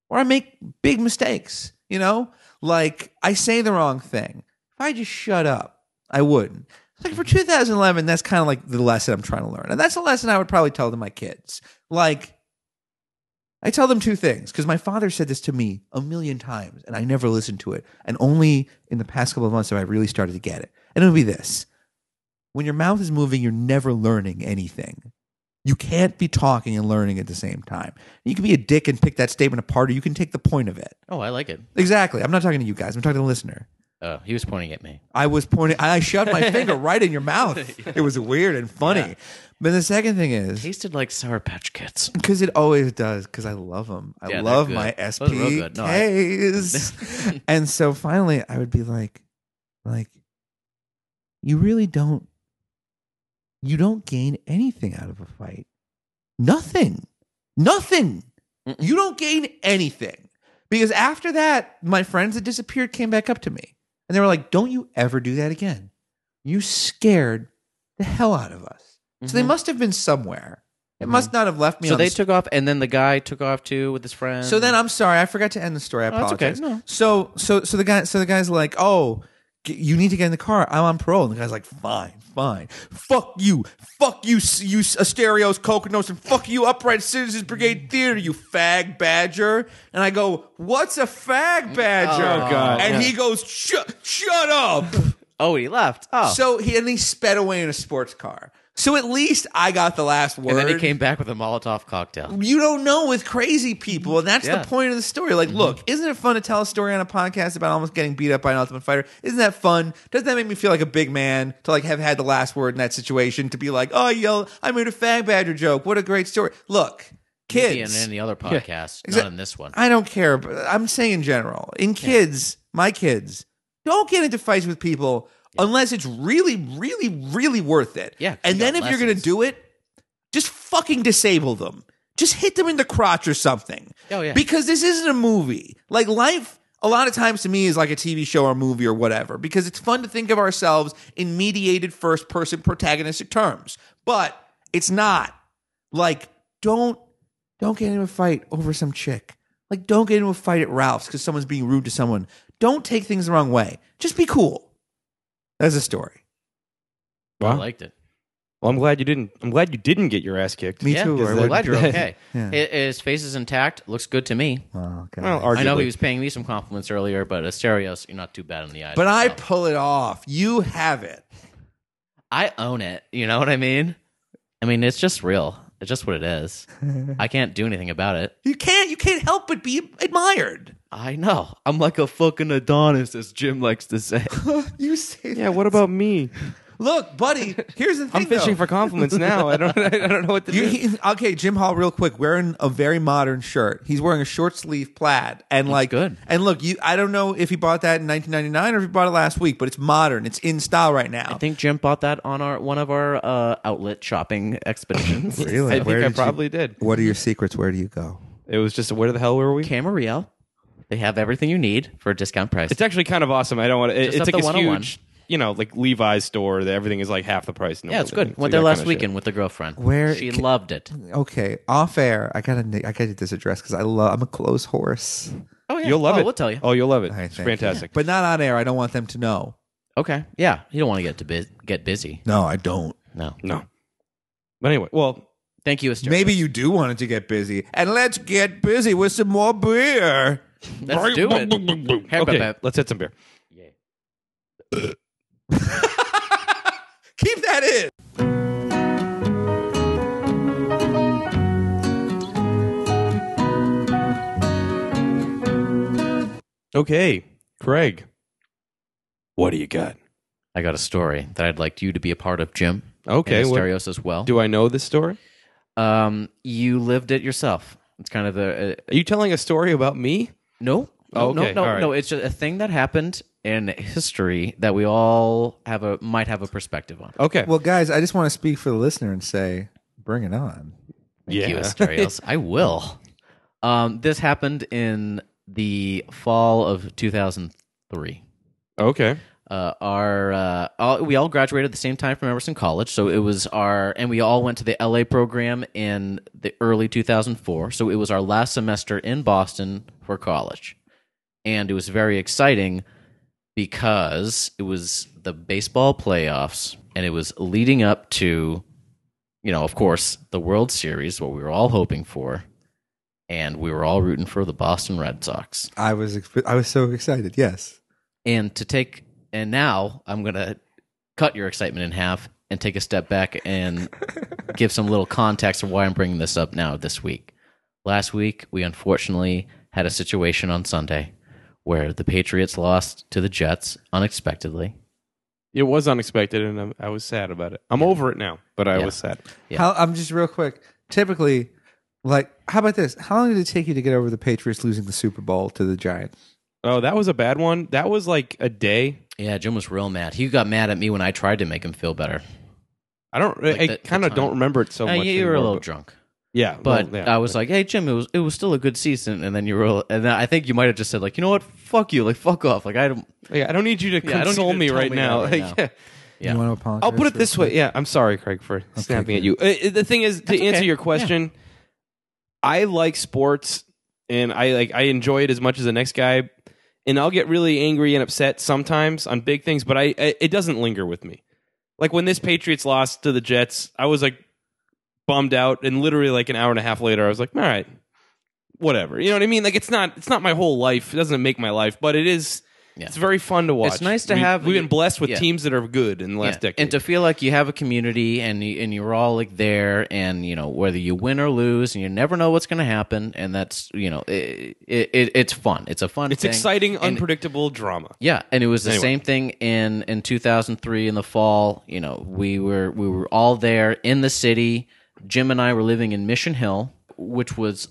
Speaker 3: where I make big mistakes, you know? Like I say the wrong thing. If I just shut up, I wouldn't. Like for 2011, that's kind of like the lesson I'm trying to learn. And that's a lesson I would probably tell to my kids. Like I tell them two things because my father said this to me a million times and I never listened to it. And only in the past couple of months have I really started to get it. And it'll be this when your mouth is moving, you're never learning anything. You can't be talking and learning at the same time. You can be a dick and pick that statement apart, or you can take the point of it.
Speaker 2: Oh, I like it.
Speaker 3: Exactly. I'm not talking to you guys, I'm talking to the listener.
Speaker 2: Oh, he was pointing at me.
Speaker 3: I was pointing, I shoved my finger right in your mouth. It was weird and funny. But the second thing is,
Speaker 2: Tasted like Sour Patch Kids.
Speaker 3: because it always does. Because I love them. I
Speaker 2: Yeah, they're
Speaker 3: love
Speaker 2: good.
Speaker 3: my
Speaker 2: Those are real good. No, I-
Speaker 3: SPKs.
Speaker 2: Mm-hmm.
Speaker 3: and so finally, I would be like, like, you really don't, you don't gain anything out of a fight. Nothing. Nothing.
Speaker 2: Mm-mm.
Speaker 3: You don't gain anything because after that, my friends that disappeared came back up to me and they were like, "Don't you ever do that again? You scared the hell out of us." So they
Speaker 2: Mhm.
Speaker 3: must have been somewhere It must not have left me.
Speaker 2: Mm-hmm. So
Speaker 3: on
Speaker 2: they
Speaker 3: the
Speaker 2: took off, and then the guy took off too with his friend.
Speaker 3: So then I'm sorry, I forgot to end the story. I
Speaker 2: that's okay.
Speaker 3: apologize.
Speaker 2: No.
Speaker 3: So so so the guy so the guy's like, "Oh, g- you need to get in the car. I'm on parole." And the guy's like, "Fine, fine. Fuck you. Fuck you. s- You s- Asterios, Coconuts, and fuck you, Upright Citizens Brigade Theater, you fag badger." And I go, "What's a fag badger?"
Speaker 2: Oh, God.
Speaker 3: And he goes, "Shut shut up."
Speaker 2: oh, he left. Oh,
Speaker 3: So he and he sped away in a sports car. So at least I got the last word
Speaker 2: and then he came back with a Molotov cocktail.
Speaker 3: you don't know with crazy people, and that's
Speaker 2: Yeah. Mm-hmm.
Speaker 3: the point of the story. Like, look, isn't it fun to tell a story on a podcast about almost getting beat up by an Ultimate Fighter? Isn't that fun? Doesn't that make me feel like a big man to like have had the last word in that situation? To be like, oh, yo, I made a fag badger joke. What a great story! Look,
Speaker 2: In
Speaker 3: kids,
Speaker 2: any other podcast,
Speaker 3: Exa-
Speaker 2: not in this one.
Speaker 3: I don't care, but I'm saying in general, in kids, my kids, don't get into fights with people unless it's really, really, really worth it.
Speaker 2: Yeah, 'cause
Speaker 3: And
Speaker 2: you
Speaker 3: then if
Speaker 2: got
Speaker 3: you're gonna
Speaker 2: lessons.
Speaker 3: do it, just fucking disable them. Just hit them in the crotch or something.
Speaker 2: Oh, yeah.
Speaker 3: Because this isn't a movie. Like life a lot of times to me is like a TV show or movie or whatever, because it's fun to think of ourselves in mediated first person protagonistic terms. But it's not. Like, don't don't get into a fight over some chick. Like, don't get into a fight at Ralph's because someone's being rude to someone. Don't take things the wrong way. Just be cool. That's a story.
Speaker 2: I
Speaker 1: Wow.
Speaker 2: liked it.
Speaker 1: Well, I'm glad you didn't. I'm glad you didn't get your ass kicked.
Speaker 3: Me
Speaker 2: yeah,
Speaker 3: too.
Speaker 2: I'm glad you're okay.
Speaker 3: Yeah.
Speaker 2: Hi- His face is intact. Looks good to me.
Speaker 3: Oh, God.
Speaker 1: Well,
Speaker 2: I know
Speaker 1: arguably.
Speaker 2: he was paying me some compliments earlier, but Asterios, you're not too bad in the eyes.
Speaker 3: but I
Speaker 2: So,
Speaker 3: pull it off. You have it.
Speaker 2: I own it. You know what I mean? I mean, it's just real. It's just what it is. I can't do anything about it.
Speaker 3: You can't. You can't help but be admired.
Speaker 2: I know. I'm like a fucking Adonis, as Jim likes to say.
Speaker 3: you say
Speaker 1: Yeah. What about me?
Speaker 3: Look, buddy. Here's the thing.
Speaker 1: I'm fishing
Speaker 3: though.
Speaker 1: for compliments now. I don't. I don't know what to
Speaker 3: You-
Speaker 1: do.
Speaker 3: he- okay, Jim Hall, real quick, wearing a very modern shirt. He's wearing a short sleeve plaid, and like,
Speaker 2: good.
Speaker 3: And look, you, I don't know if he bought that in 1999 or if he bought it last week, but it's modern. It's in style right now.
Speaker 2: I think Jim bought that on our one of our uh, outlet shopping expeditions.
Speaker 1: I
Speaker 3: Really?
Speaker 1: think I probably did.
Speaker 3: What are your secrets? Where do you go?
Speaker 1: It was just where the hell were we?
Speaker 2: Camarillo. They have everything you need for a discount price.
Speaker 1: It's actually kind of awesome. I don't want to. It,
Speaker 2: Just
Speaker 1: it's like
Speaker 2: up the
Speaker 1: this
Speaker 2: 101.
Speaker 1: huge, you know, like Levi's store that everything is like half the price. in the
Speaker 2: yeah, it's
Speaker 1: world.
Speaker 2: good.
Speaker 1: It's
Speaker 2: Went
Speaker 1: like
Speaker 2: there
Speaker 1: that
Speaker 2: last
Speaker 1: kind of shit.
Speaker 2: weekend with a girlfriend.
Speaker 3: Where
Speaker 2: she
Speaker 3: ca-
Speaker 2: loved it.
Speaker 3: Okay, off air. I gotta, I gotta get this address because I love. I'm a close horse,
Speaker 2: Oh yeah,
Speaker 1: You'll love
Speaker 2: oh,
Speaker 1: it.
Speaker 2: We'll tell you.
Speaker 1: Oh, you'll love it.
Speaker 3: right,
Speaker 1: it's
Speaker 3: thank you.
Speaker 1: fantastic.
Speaker 3: but not on air. I don't want them to know.
Speaker 2: Okay. Yeah, you don't want to get to bu- get busy.
Speaker 3: No, I don't.
Speaker 2: No.
Speaker 1: no. But anyway, well,
Speaker 2: Thank you, Asterios.
Speaker 3: Maybe you do want it to get busy, and let's get busy with some more beer.
Speaker 2: let's do it. Hair
Speaker 1: okay,
Speaker 2: puppet.
Speaker 1: let's hit some beer.
Speaker 3: Keep that in.
Speaker 1: Okay, Craig, what do you got?
Speaker 2: I got a story that I'd like you to be a part of, Jim.
Speaker 1: Okay,
Speaker 2: and
Speaker 1: what-
Speaker 2: Asterios as well.
Speaker 1: Do I know this story?
Speaker 2: um, you lived it yourself. It's kind of the uh,
Speaker 1: Are you telling a story about me?
Speaker 2: No. No,
Speaker 1: Oh, okay.
Speaker 2: no, no,
Speaker 1: All right.
Speaker 2: no. It's just a thing that happened in history that we all have a might have a perspective on.
Speaker 1: Okay.
Speaker 3: Well, guys, I just want to speak for the listener and say, bring it on.
Speaker 1: yeah.
Speaker 2: Thank you, Asterios. I will. Um, this happened in the fall of 2003.
Speaker 1: okay.
Speaker 2: Uh, our uh, all, we all graduated at the same time from Emerson College, so it was our and we all went to the LA program in the early 2004. So it was our last semester in Boston for college, and it was very exciting because it was the baseball playoffs and it was leading up to, you know, of course, the World Series, what we were all hoping for, and we were all rooting for the Boston Red Sox
Speaker 3: I was exp- I was so excited. Yes.
Speaker 2: and to take and now i'm gonna cut your excitement in half and take a step back and give some little context of why i'm bringing this up now this week last week we unfortunately had a situation on sunday where the patriots lost to the jets unexpectedly
Speaker 1: It was unexpected, and I'm, I was sad about it. I'm over it now, but I was sad.
Speaker 2: Yeah.
Speaker 3: How, I'm just real quick. Typically, like, how about this? How long did it take you to get over the Patriots losing the Super Bowl to the Giants?
Speaker 1: Oh, that was a bad one. That was like a day.
Speaker 2: yeah jim was real mad he got mad at me when i tried to make him feel better
Speaker 1: I don't. I
Speaker 2: the- the
Speaker 1: kind of
Speaker 2: time.
Speaker 1: don't remember it so
Speaker 2: Uh,
Speaker 1: much.
Speaker 2: you, you were a
Speaker 1: anymore,
Speaker 2: little
Speaker 1: but-
Speaker 2: drunk
Speaker 1: Yeah,
Speaker 2: But
Speaker 1: well, yeah.
Speaker 2: I was like, "Hey Jim, it was it was still a good season." And then you were, and then I think you might have just said like, "You know what? Fuck you! Like fuck off! Like I don't
Speaker 1: Yeah, I don't need you to
Speaker 2: Yeah, I don't
Speaker 1: console
Speaker 2: need
Speaker 1: me
Speaker 2: you to tell
Speaker 1: right
Speaker 2: me
Speaker 1: now.
Speaker 2: that right
Speaker 1: Like, yeah.
Speaker 2: Yeah.
Speaker 3: You want to apologize?
Speaker 1: I'll put it
Speaker 3: for-
Speaker 1: this way. Yeah, I'm sorry, Craig, for snapping at you. Uh, the thing is, to
Speaker 2: That's okay.
Speaker 1: answer your question, I like sports, and I like I enjoy it as much as the next guy, and I'll get really angry and upset sometimes on big things, but I, I it doesn't linger with me. Like when this Patriots lost to the Jets, I was like bummed out, and literally like an hour and a half later, I was like, all right, whatever. You know what I mean? Like it's not it's not my whole life. It doesn't make my life, but it is.
Speaker 2: Yeah.
Speaker 1: It's very fun to watch.
Speaker 2: It's nice to
Speaker 1: We-
Speaker 2: have-
Speaker 1: We've been blessed with
Speaker 2: Yeah.
Speaker 1: teams that are good in the last
Speaker 2: Yeah.
Speaker 1: decade.
Speaker 2: And to feel like you have a community and you, and you're all like there, and you know whether you win or lose, and you never know what's going to happen, and that's you know it, it, it it's fun. It's a fun.
Speaker 1: It's
Speaker 2: thing.
Speaker 1: exciting,
Speaker 2: And-
Speaker 1: unpredictable drama.
Speaker 2: Yeah, and it was the
Speaker 1: Anyway.
Speaker 2: same thing in in 2003 in the fall. You know, we were we were all there in the city. Jim and I were living in Mission Hill, which was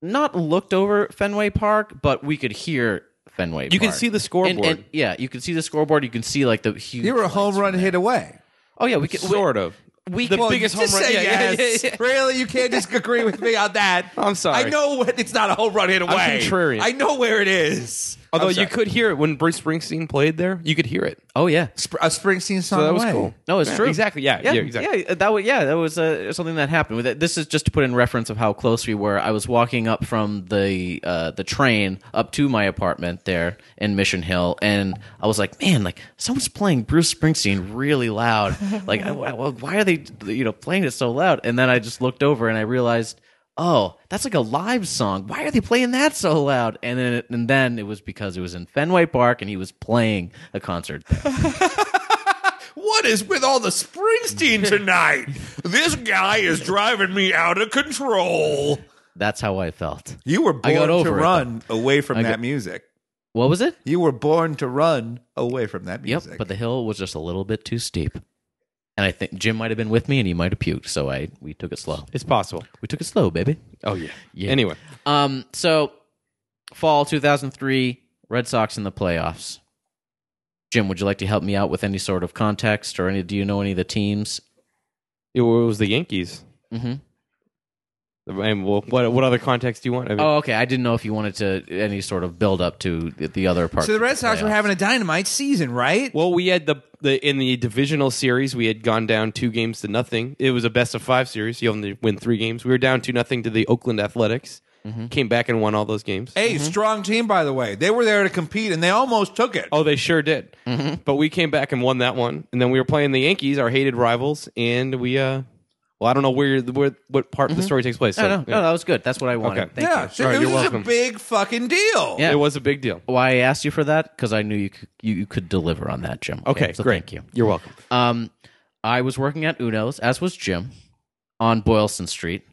Speaker 2: not looked over Fenway Park, but we could hear Fenway.
Speaker 1: You can
Speaker 2: Park.
Speaker 1: see the scoreboard.
Speaker 2: And, and- yeah, you can see the scoreboard. You can see like the huge.
Speaker 3: You were a
Speaker 2: lights
Speaker 3: home
Speaker 2: from
Speaker 3: run
Speaker 2: there.
Speaker 3: hit away.
Speaker 2: Oh yeah, we could
Speaker 1: sort of.
Speaker 2: We
Speaker 1: The
Speaker 2: could,
Speaker 1: big- biggest
Speaker 3: Oh, just
Speaker 1: home run-
Speaker 3: say
Speaker 1: yeah, yeah,
Speaker 3: yes.
Speaker 1: yeah, yeah.
Speaker 3: Really, you can't just agree with me on that.
Speaker 1: I'm sorry.
Speaker 3: I know what it's not a home run hit away.
Speaker 1: contrarian.
Speaker 3: I know where it is.
Speaker 1: Although
Speaker 3: I'm
Speaker 1: you
Speaker 3: sorry.
Speaker 1: could hear it when Bruce Springsteen played there, you could hear it.
Speaker 2: oh yeah.
Speaker 3: Sp- a Springsteen song.
Speaker 1: So that was
Speaker 3: away.
Speaker 1: cool.
Speaker 2: No, it's
Speaker 1: Yeah,
Speaker 2: true.
Speaker 1: Exactly. Yeah. Yeah.
Speaker 2: Yeah,
Speaker 1: exactly.
Speaker 2: yeah, that was yeah, that was uh, something that happened. With it. This is just to put in reference of how close we were. I was walking up from the uh, the train up to my apartment there in Mission Hill, and I was like, man, like someone's playing Bruce Springsteen really loud. Like, I- I- well, why are they you know playing it so loud? And then I just looked over and I realized. Oh, that's like a live song. Why are they playing that so loud? And then, and then it was because it was in Fenway Park, and he was playing a concert. there.
Speaker 5: What is with all the Springsteen tonight? this guy is driving me out of control.
Speaker 2: That's how I felt.
Speaker 3: You were
Speaker 2: I
Speaker 3: born
Speaker 2: got
Speaker 3: to
Speaker 2: over it,
Speaker 3: run away from
Speaker 2: I
Speaker 3: that
Speaker 2: got-
Speaker 3: music.
Speaker 2: What was it?
Speaker 3: You were born to run away from that
Speaker 2: Yep,
Speaker 3: music.
Speaker 2: but the hill was just a little bit too steep. And I think Jim might have been with me and he might have puked, so I we took it slow.
Speaker 1: It's possible.
Speaker 2: We took it slow, baby.
Speaker 1: Oh yeah.
Speaker 2: Yeah.
Speaker 1: Anyway,
Speaker 2: Um so fall 2003, Red Sox in the playoffs. Jim, would you like to help me out with any sort of context or any do you know any of the teams?
Speaker 1: it was the Yankees.
Speaker 2: Mhm.
Speaker 1: And well, what what other context do you want? I mean,
Speaker 2: Oh, okay. I didn't know if you wanted to any sort of build up to the other part.
Speaker 3: so the Red Sox were having a dynamite season, right?
Speaker 1: Well, we had the the in the divisional series, we had gone down two games to nothing. It was a best of five series. You only win three games. We were down two nothing to the Oakland Athletics.
Speaker 2: Mm-hmm.
Speaker 1: Came back and won all those games.
Speaker 3: Hey, strong team, by the way. They were there to compete, and they almost took it.
Speaker 1: Oh, they sure did.
Speaker 2: Mm-hmm.
Speaker 1: But we came back and won that one, and then we were playing the Yankees, our hated rivals, and we. uh Well, I don't know where, where what part
Speaker 2: Mm-hmm.
Speaker 1: of the story takes place.
Speaker 2: No,
Speaker 1: so,
Speaker 2: no,
Speaker 1: yeah.
Speaker 2: no, that was good. That's what I wanted.
Speaker 1: Okay.
Speaker 2: Thank
Speaker 3: yeah,
Speaker 2: you.
Speaker 3: so
Speaker 1: All right,
Speaker 3: it was
Speaker 1: you're
Speaker 3: just a
Speaker 1: welcome.
Speaker 3: big fucking deal.
Speaker 2: Yeah.
Speaker 1: It was a big deal.
Speaker 2: Why I asked you for that because I knew you could, you, you could deliver on that, Jim.
Speaker 1: Okay,
Speaker 2: so
Speaker 1: great.
Speaker 2: Thank you.
Speaker 1: You're welcome.
Speaker 2: Um, I was working at Uno's, as was Jim, on Boylston Street.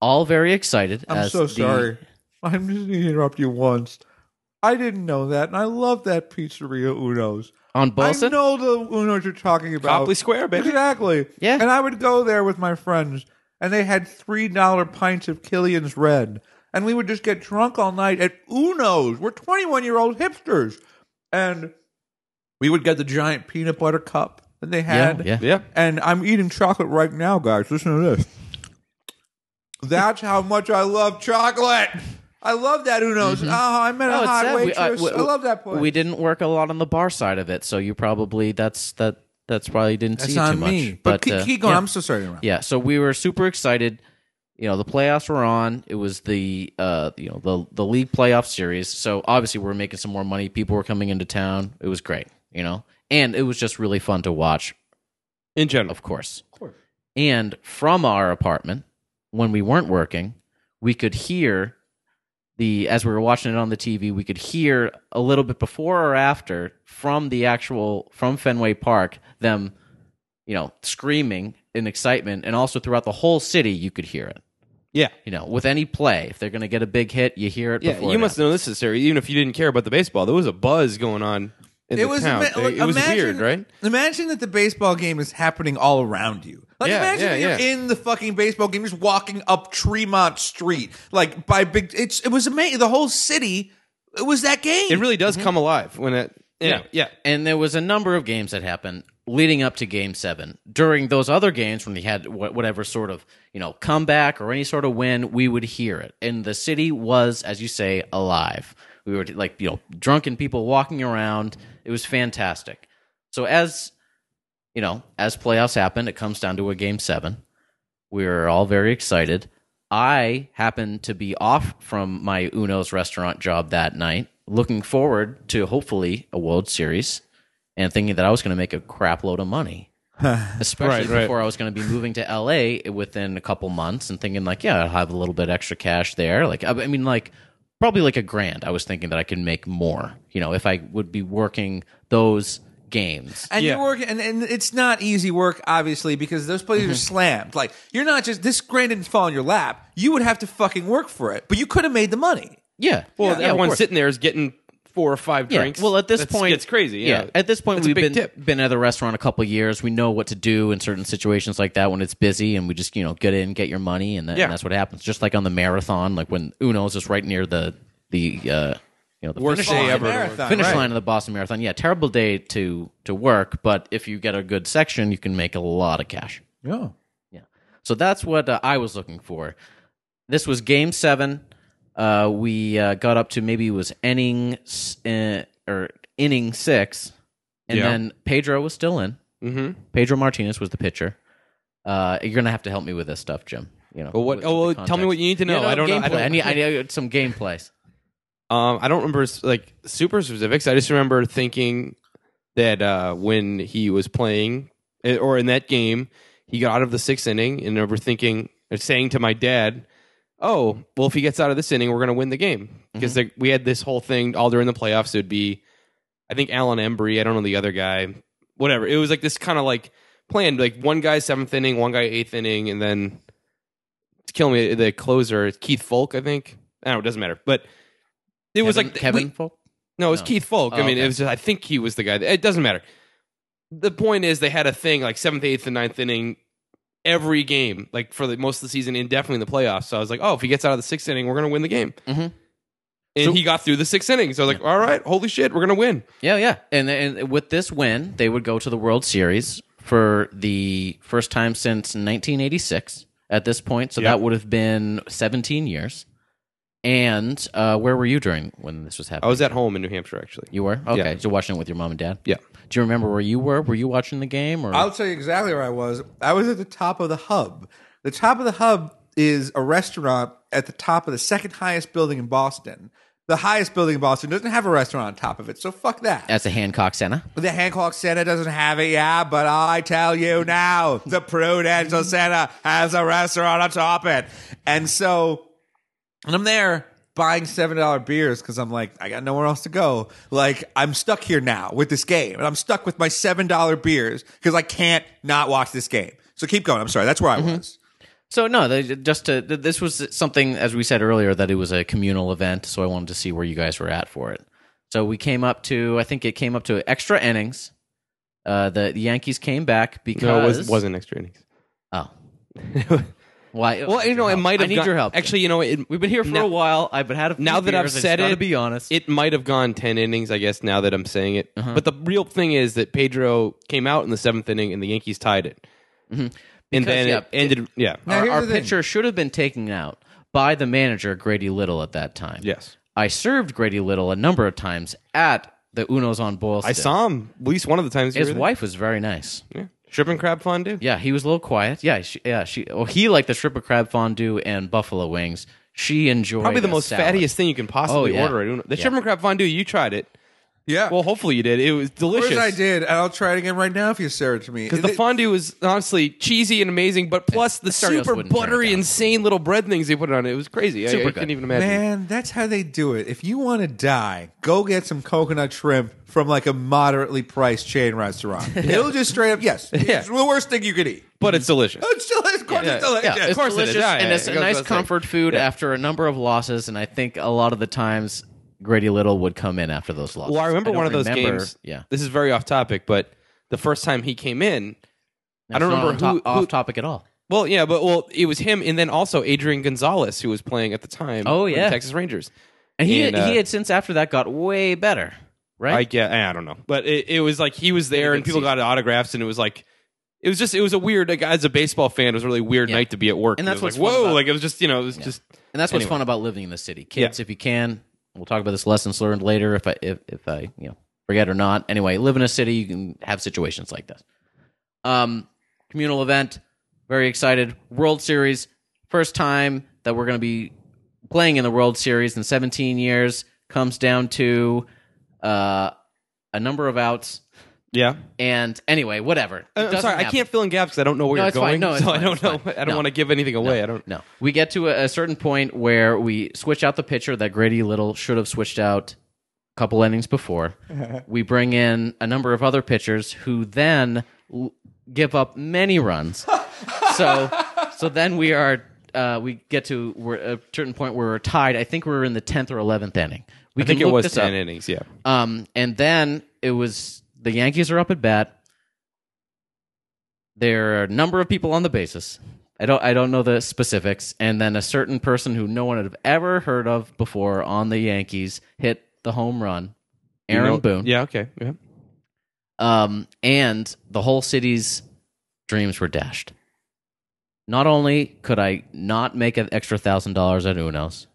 Speaker 2: All very excited.
Speaker 3: I'm
Speaker 2: as
Speaker 3: so
Speaker 2: the-
Speaker 3: sorry. I'm just going to interrupt you once. I didn't know that, and I love that pizzeria Uno's.
Speaker 2: On
Speaker 3: I
Speaker 2: Boylston,
Speaker 3: know the Uno's you're talking about.
Speaker 1: Copley Square, baby.
Speaker 3: Exactly.
Speaker 2: Yeah.
Speaker 3: And I would go there with my friends, and they had three dollar pints of Killian's Red, and we would just get drunk all night at Uno's. We're twenty one year old hipsters, and we would get the giant peanut butter cup that they
Speaker 2: yeah,
Speaker 3: had.
Speaker 2: yeah,
Speaker 1: Yeah.
Speaker 3: And I'm eating chocolate right now, guys. Listen to this. That's how much I love chocolate. I love that Uno's. Oh, I met a
Speaker 2: Oh, it's
Speaker 3: hot
Speaker 2: sad. We-
Speaker 3: waitress.
Speaker 2: I- we-
Speaker 3: I love that place.
Speaker 2: We didn't work a lot on the bar side of it, so you probably that's that that's probably didn't
Speaker 3: That's
Speaker 2: see it
Speaker 3: on
Speaker 2: too much.
Speaker 3: me. But, keep,
Speaker 2: uh,
Speaker 3: keep going.
Speaker 2: yeah.
Speaker 3: I'm so sorry. to interrupt.
Speaker 2: Yeah, so we were super excited. You know, the playoffs were on. It was the uh, you know the the league playoff series. So obviously, we were making some more money. People were coming into town. It was great. You know, and it was just really fun to watch.
Speaker 1: In general,
Speaker 2: Of course. Of course. And from our apartment, when we weren't working, we could hear the as we were watching it on the TV, we could hear a little bit before or after from the actual from Fenway Park them, you know, screaming in excitement, and also throughout the whole city you could hear it.
Speaker 1: yeah,
Speaker 2: You know, with any play, if they're going to get a big hit, you hear it.
Speaker 1: yeah.
Speaker 2: before
Speaker 1: You
Speaker 2: it
Speaker 1: must know this is serious. Even if you didn't care about the baseball, there was a buzz going on. In
Speaker 3: it
Speaker 1: the
Speaker 3: was
Speaker 1: town.
Speaker 3: ima- like,
Speaker 1: it was
Speaker 3: imagine-
Speaker 1: weird, right?
Speaker 3: Imagine that the baseball game is happening all around you. Like
Speaker 1: Yeah,
Speaker 3: imagine
Speaker 1: yeah,
Speaker 3: that you're
Speaker 1: yeah.
Speaker 3: in the fucking baseball game, just walking up Tremont Street, like by big. It's it was amazing. The whole city. It was that game.
Speaker 1: It really
Speaker 2: Mm-hmm.
Speaker 1: does come alive when it. Yeah, yeah.
Speaker 2: And there was a number of games that happened leading up to Game Seven. During those other games, when they had wh- whatever sort of you know comeback or any sort of win, we would hear it, and the city was, as you say, alive. We were like you know drunken people walking around. It was fantastic. So as you know, as playoffs happen, it comes down to a game seven. We were all very excited. I happened to be off from my Uno's restaurant job that night, looking forward to hopefully a World Series and thinking that I was going to make a crap load of money. Especially
Speaker 1: Right, right.
Speaker 2: before I was going to be moving to LA within a couple months and thinking, like, yeah, I'll have a little bit extra cash there. Like, I I mean, like, probably like a grand. I was thinking that I could make more, you know, if I would be working those games.
Speaker 3: And
Speaker 1: Yeah.
Speaker 3: you're working, and, and it's not easy work, obviously, because those plays
Speaker 1: Mm-hmm.
Speaker 3: are slammed. Like you're not just this grand didn't fall in your lap. You would have to fucking work for it, but you could have made the money.
Speaker 2: Yeah.
Speaker 1: Well,
Speaker 2: yeah, yeah, of
Speaker 1: everyone
Speaker 2: course.
Speaker 1: sitting there is getting four or five
Speaker 2: Yeah.
Speaker 1: drinks.
Speaker 2: Well, at this
Speaker 1: That's-
Speaker 2: point,
Speaker 1: it's crazy.
Speaker 2: Yeah. At this point,
Speaker 1: That's a
Speaker 2: we've
Speaker 1: big
Speaker 2: been
Speaker 1: tip.
Speaker 2: been at the restaurant a couple years. We know what to do in certain situations like that when it's busy, and we just you know get in, get your money, and, that,
Speaker 1: Yeah.
Speaker 2: and that's what happens. Just like on the marathon, like when Uno's is right near the the uh, you know the
Speaker 1: Worst
Speaker 2: finish
Speaker 1: day
Speaker 2: line.
Speaker 1: ever.
Speaker 3: Marathon,
Speaker 2: Finish
Speaker 3: right.
Speaker 2: line of the Boston Marathon. Yeah, terrible day to to work, but if you get a good section, you can make a lot of cash.
Speaker 3: Yeah.
Speaker 2: So that's what uh, I was looking for. This was game seven. Uh, we uh, got up to maybe it was inning s- uh, or inning six, and
Speaker 1: Yeah.
Speaker 2: then Pedro was still in.
Speaker 1: Mm-hmm.
Speaker 2: Pedro Martinez was the pitcher. Uh, you're gonna have to help me with this stuff, Jim. You know.
Speaker 1: Well, what?
Speaker 2: with-
Speaker 1: Oh, well,
Speaker 2: with the
Speaker 1: tell me
Speaker 2: context.
Speaker 1: what you need to know.
Speaker 2: Yeah, no,
Speaker 1: I don't know. I
Speaker 2: gameplay.
Speaker 1: don't,
Speaker 2: I need, I need some gameplays.
Speaker 1: Um, I don't remember like super specifics. I just remember thinking that uh, when he was playing eh, or in that game, he got out of the sixth inning, and I remember thinking, or saying to my dad, "Oh, well, if he gets out of this inning, we're going to win the game."
Speaker 2: Mm-hmm.
Speaker 1: Because we had this whole thing all during the playoffs. It would be, I think Alan Embry. I don't know the other guy. Whatever. It was like this kind of like plan. Like one guy seventh inning, one guy eighth inning, and then it's killing me. The closer, Keith Folk, I think. I don't know. It doesn't matter. But it was
Speaker 2: Kevin-
Speaker 1: like
Speaker 2: Kevin.
Speaker 1: we-
Speaker 2: Folk?
Speaker 1: no, it was
Speaker 2: No.
Speaker 1: Keith Folk.
Speaker 2: Oh,
Speaker 1: I mean,
Speaker 2: okay.
Speaker 1: it was. Just, I think he was the guy. That, it doesn't matter. The point is, they had a thing like seventh, eighth, and ninth inning every game, like for the most of the season, indefinitely in the playoffs. So I was like, oh, if he gets out of the sixth inning, we're gonna win the game.
Speaker 2: Mhm.
Speaker 1: And he got through the sixth inning. So I was like, all right, holy shit, we're gonna win.
Speaker 2: Yeah, yeah. And and with this win, they would go to the World Series for the first time since 1986 at this point. So that would have been 17 years. And uh, where were you during when this was happening?
Speaker 1: I was at home in New Hampshire actually.
Speaker 2: You were? Okay. So watching it with your mom and dad?
Speaker 1: Yeah.
Speaker 2: Do you remember where you were? Were you watching the game or
Speaker 3: I'll tell you exactly where I was. I was at the top of the hub. The top of the hub is a restaurant at the top of the second highest building in Boston. The highest building in Boston doesn't have a restaurant on top of it, so fuck that.
Speaker 2: as a Hancock Center?
Speaker 3: The Hancock Center doesn't have it, yeah, but I tell you now, the Prudential Center has a restaurant on top of it. And so and I'm there buying $7 beers because I'm like, I got nowhere else to go. Like, I'm stuck here now with this game, and I'm stuck with my $7 beers because I can't not watch this game. So keep going. I'm sorry. That's where I was.
Speaker 2: So no, they, just to th- this was something as we said earlier that it was a communal event, so I wanted to see where you guys were at for it. So we came up to I think it came up to extra innings. Uh, the, the Yankees came back because
Speaker 1: No, it was, wasn't extra innings.
Speaker 2: Oh, why?
Speaker 1: Well, you know, it might have.
Speaker 2: I need
Speaker 1: gone-
Speaker 2: your help.
Speaker 1: Actually, you know, it,
Speaker 2: we've been here for
Speaker 1: now-
Speaker 2: a while. I've had a few
Speaker 1: now that I've
Speaker 2: beers, I just
Speaker 1: said
Speaker 2: gotta
Speaker 1: it,
Speaker 2: be honest.
Speaker 1: it might have gone 10 innings, I guess, now that I'm saying it.
Speaker 2: Uh-huh.
Speaker 1: But the real thing is that Pedro came out in the seventh inning and the Yankees tied it. And
Speaker 2: Mm-hmm. Because,
Speaker 1: then
Speaker 2: yeah,
Speaker 1: it ended. yeah.
Speaker 2: our,
Speaker 3: here's
Speaker 2: our
Speaker 3: the thing.
Speaker 2: pitcher should have been taken out by the manager Grady Little at that time.
Speaker 1: Yes.
Speaker 2: I served Grady Little a number of times at the Unos on Boylston.
Speaker 1: I saw him at least one of the times.
Speaker 2: his wife was very nice.
Speaker 1: Yeah. Shrimp and crab fondue.
Speaker 2: Yeah, he was a little quiet. Yeah, she, yeah, she. Well, he liked the strip of crab fondue and buffalo wings. She enjoyed
Speaker 1: Probably the
Speaker 2: a
Speaker 1: most
Speaker 2: salad.
Speaker 1: fattiest thing you can possibly
Speaker 2: Oh, yeah.
Speaker 1: order. At Uno. The
Speaker 2: Yeah.
Speaker 1: shrimp and crab fondue, you tried it.
Speaker 3: Yeah.
Speaker 1: Well, hopefully you did. It was
Speaker 3: of
Speaker 1: delicious.
Speaker 3: course I did, and I'll try it again right now if you serve it to me.
Speaker 1: Because the fondue was honestly cheesy and amazing, but plus the
Speaker 2: Asterios
Speaker 1: super
Speaker 2: wouldn't turn it
Speaker 1: buttery,
Speaker 2: down.
Speaker 1: insane little bread things they put on it. It was crazy. I- I,
Speaker 2: Super good.
Speaker 1: couldn't even imagine.
Speaker 3: Man, that's how they do it. If you want to die, go get some coconut shrimp from like a moderately priced chain restaurant. It'll just straight up, yes, it's the worst thing you could eat.
Speaker 1: But it's
Speaker 2: Oh,
Speaker 1: delicious.
Speaker 3: It's still, of course, it's delicious.
Speaker 1: yeah, Of course it is.
Speaker 2: delicious,
Speaker 1: Yeah,
Speaker 2: and
Speaker 1: yeah,
Speaker 2: it's
Speaker 1: yeah. It
Speaker 2: a
Speaker 1: goes
Speaker 2: nice
Speaker 1: without saying.
Speaker 2: comfort food after a number of losses. And I think a lot of the times Grady Little would come in after those losses.
Speaker 1: Well, I remember
Speaker 2: don't
Speaker 1: one of those
Speaker 2: remember-
Speaker 1: games.
Speaker 2: Yeah,
Speaker 1: this is very off topic, but the first time he came in, I don't
Speaker 2: It's not
Speaker 1: remember
Speaker 2: on top-
Speaker 1: who, who-
Speaker 2: off topic at all.
Speaker 1: Well, yeah, but well, it was him, and then also Adrian Gonzalez, who was playing at the time.
Speaker 2: Oh,
Speaker 1: for the
Speaker 2: yeah.
Speaker 1: Texas Rangers.
Speaker 2: And he
Speaker 1: And, uh,
Speaker 2: he had since after that got way better. Right?
Speaker 1: I get. eh, I don't know, but it, it was like he was there, and people got autographs, and it was like. It was just, it was a weird, like, as a baseball fan, it was a really weird
Speaker 2: Yeah.
Speaker 1: night to be at work.
Speaker 2: And that's
Speaker 1: It was
Speaker 2: what's
Speaker 1: like,
Speaker 2: fun
Speaker 1: whoa,
Speaker 2: about-
Speaker 1: like, it was just, you know, it was just,
Speaker 2: And that's what's
Speaker 1: Anyway.
Speaker 2: fun about living in the city, kids. If you can, we'll talk about this lessons learned later. If I if if I you know forget or not. Anyway, live in a city, you can have situations like this. Um, communal event. Very excited. World Series. First time that we're going to be playing in the World Series in 17 years comes down to uh, a number of outs.
Speaker 1: Yeah.
Speaker 2: And anyway, whatever. It
Speaker 1: Uh, I'm
Speaker 2: doesn't
Speaker 1: sorry, I
Speaker 2: happen.
Speaker 1: can't fill in gaps because I don't know where
Speaker 2: No,
Speaker 1: you're
Speaker 2: it's
Speaker 1: going.
Speaker 2: fine. No, it's
Speaker 1: so I
Speaker 2: fine.
Speaker 1: don't
Speaker 2: It's
Speaker 1: know.
Speaker 2: fine.
Speaker 1: I don't
Speaker 2: No.
Speaker 1: want to give anything away. I don't.
Speaker 2: No, we get to a, a certain point where we switch out the pitcher that Grady Little should have switched out a couple innings before. we bring in a number of other pitchers who then l- give up many runs. so, so then we are. Uh, we get to we're at a certain point where we're tied. I think we're in the tenth or eleventh inning. We
Speaker 1: I think
Speaker 2: can
Speaker 1: it
Speaker 2: look
Speaker 1: was
Speaker 2: this
Speaker 1: ten
Speaker 2: up.
Speaker 1: innings. Yeah.
Speaker 2: Um, and then it was the Yankees are up at bat. There are a number of people on the bases. I don't I don't know the specifics. And then a certain person who no one had ever heard of before on the Yankees hit the home run, Aaron
Speaker 1: You know-
Speaker 2: Boone.
Speaker 1: Yeah. Okay. Yeah.
Speaker 2: Um, and the whole city's dreams were dashed. Not only could I not make an extra thousand dollars at Uno's,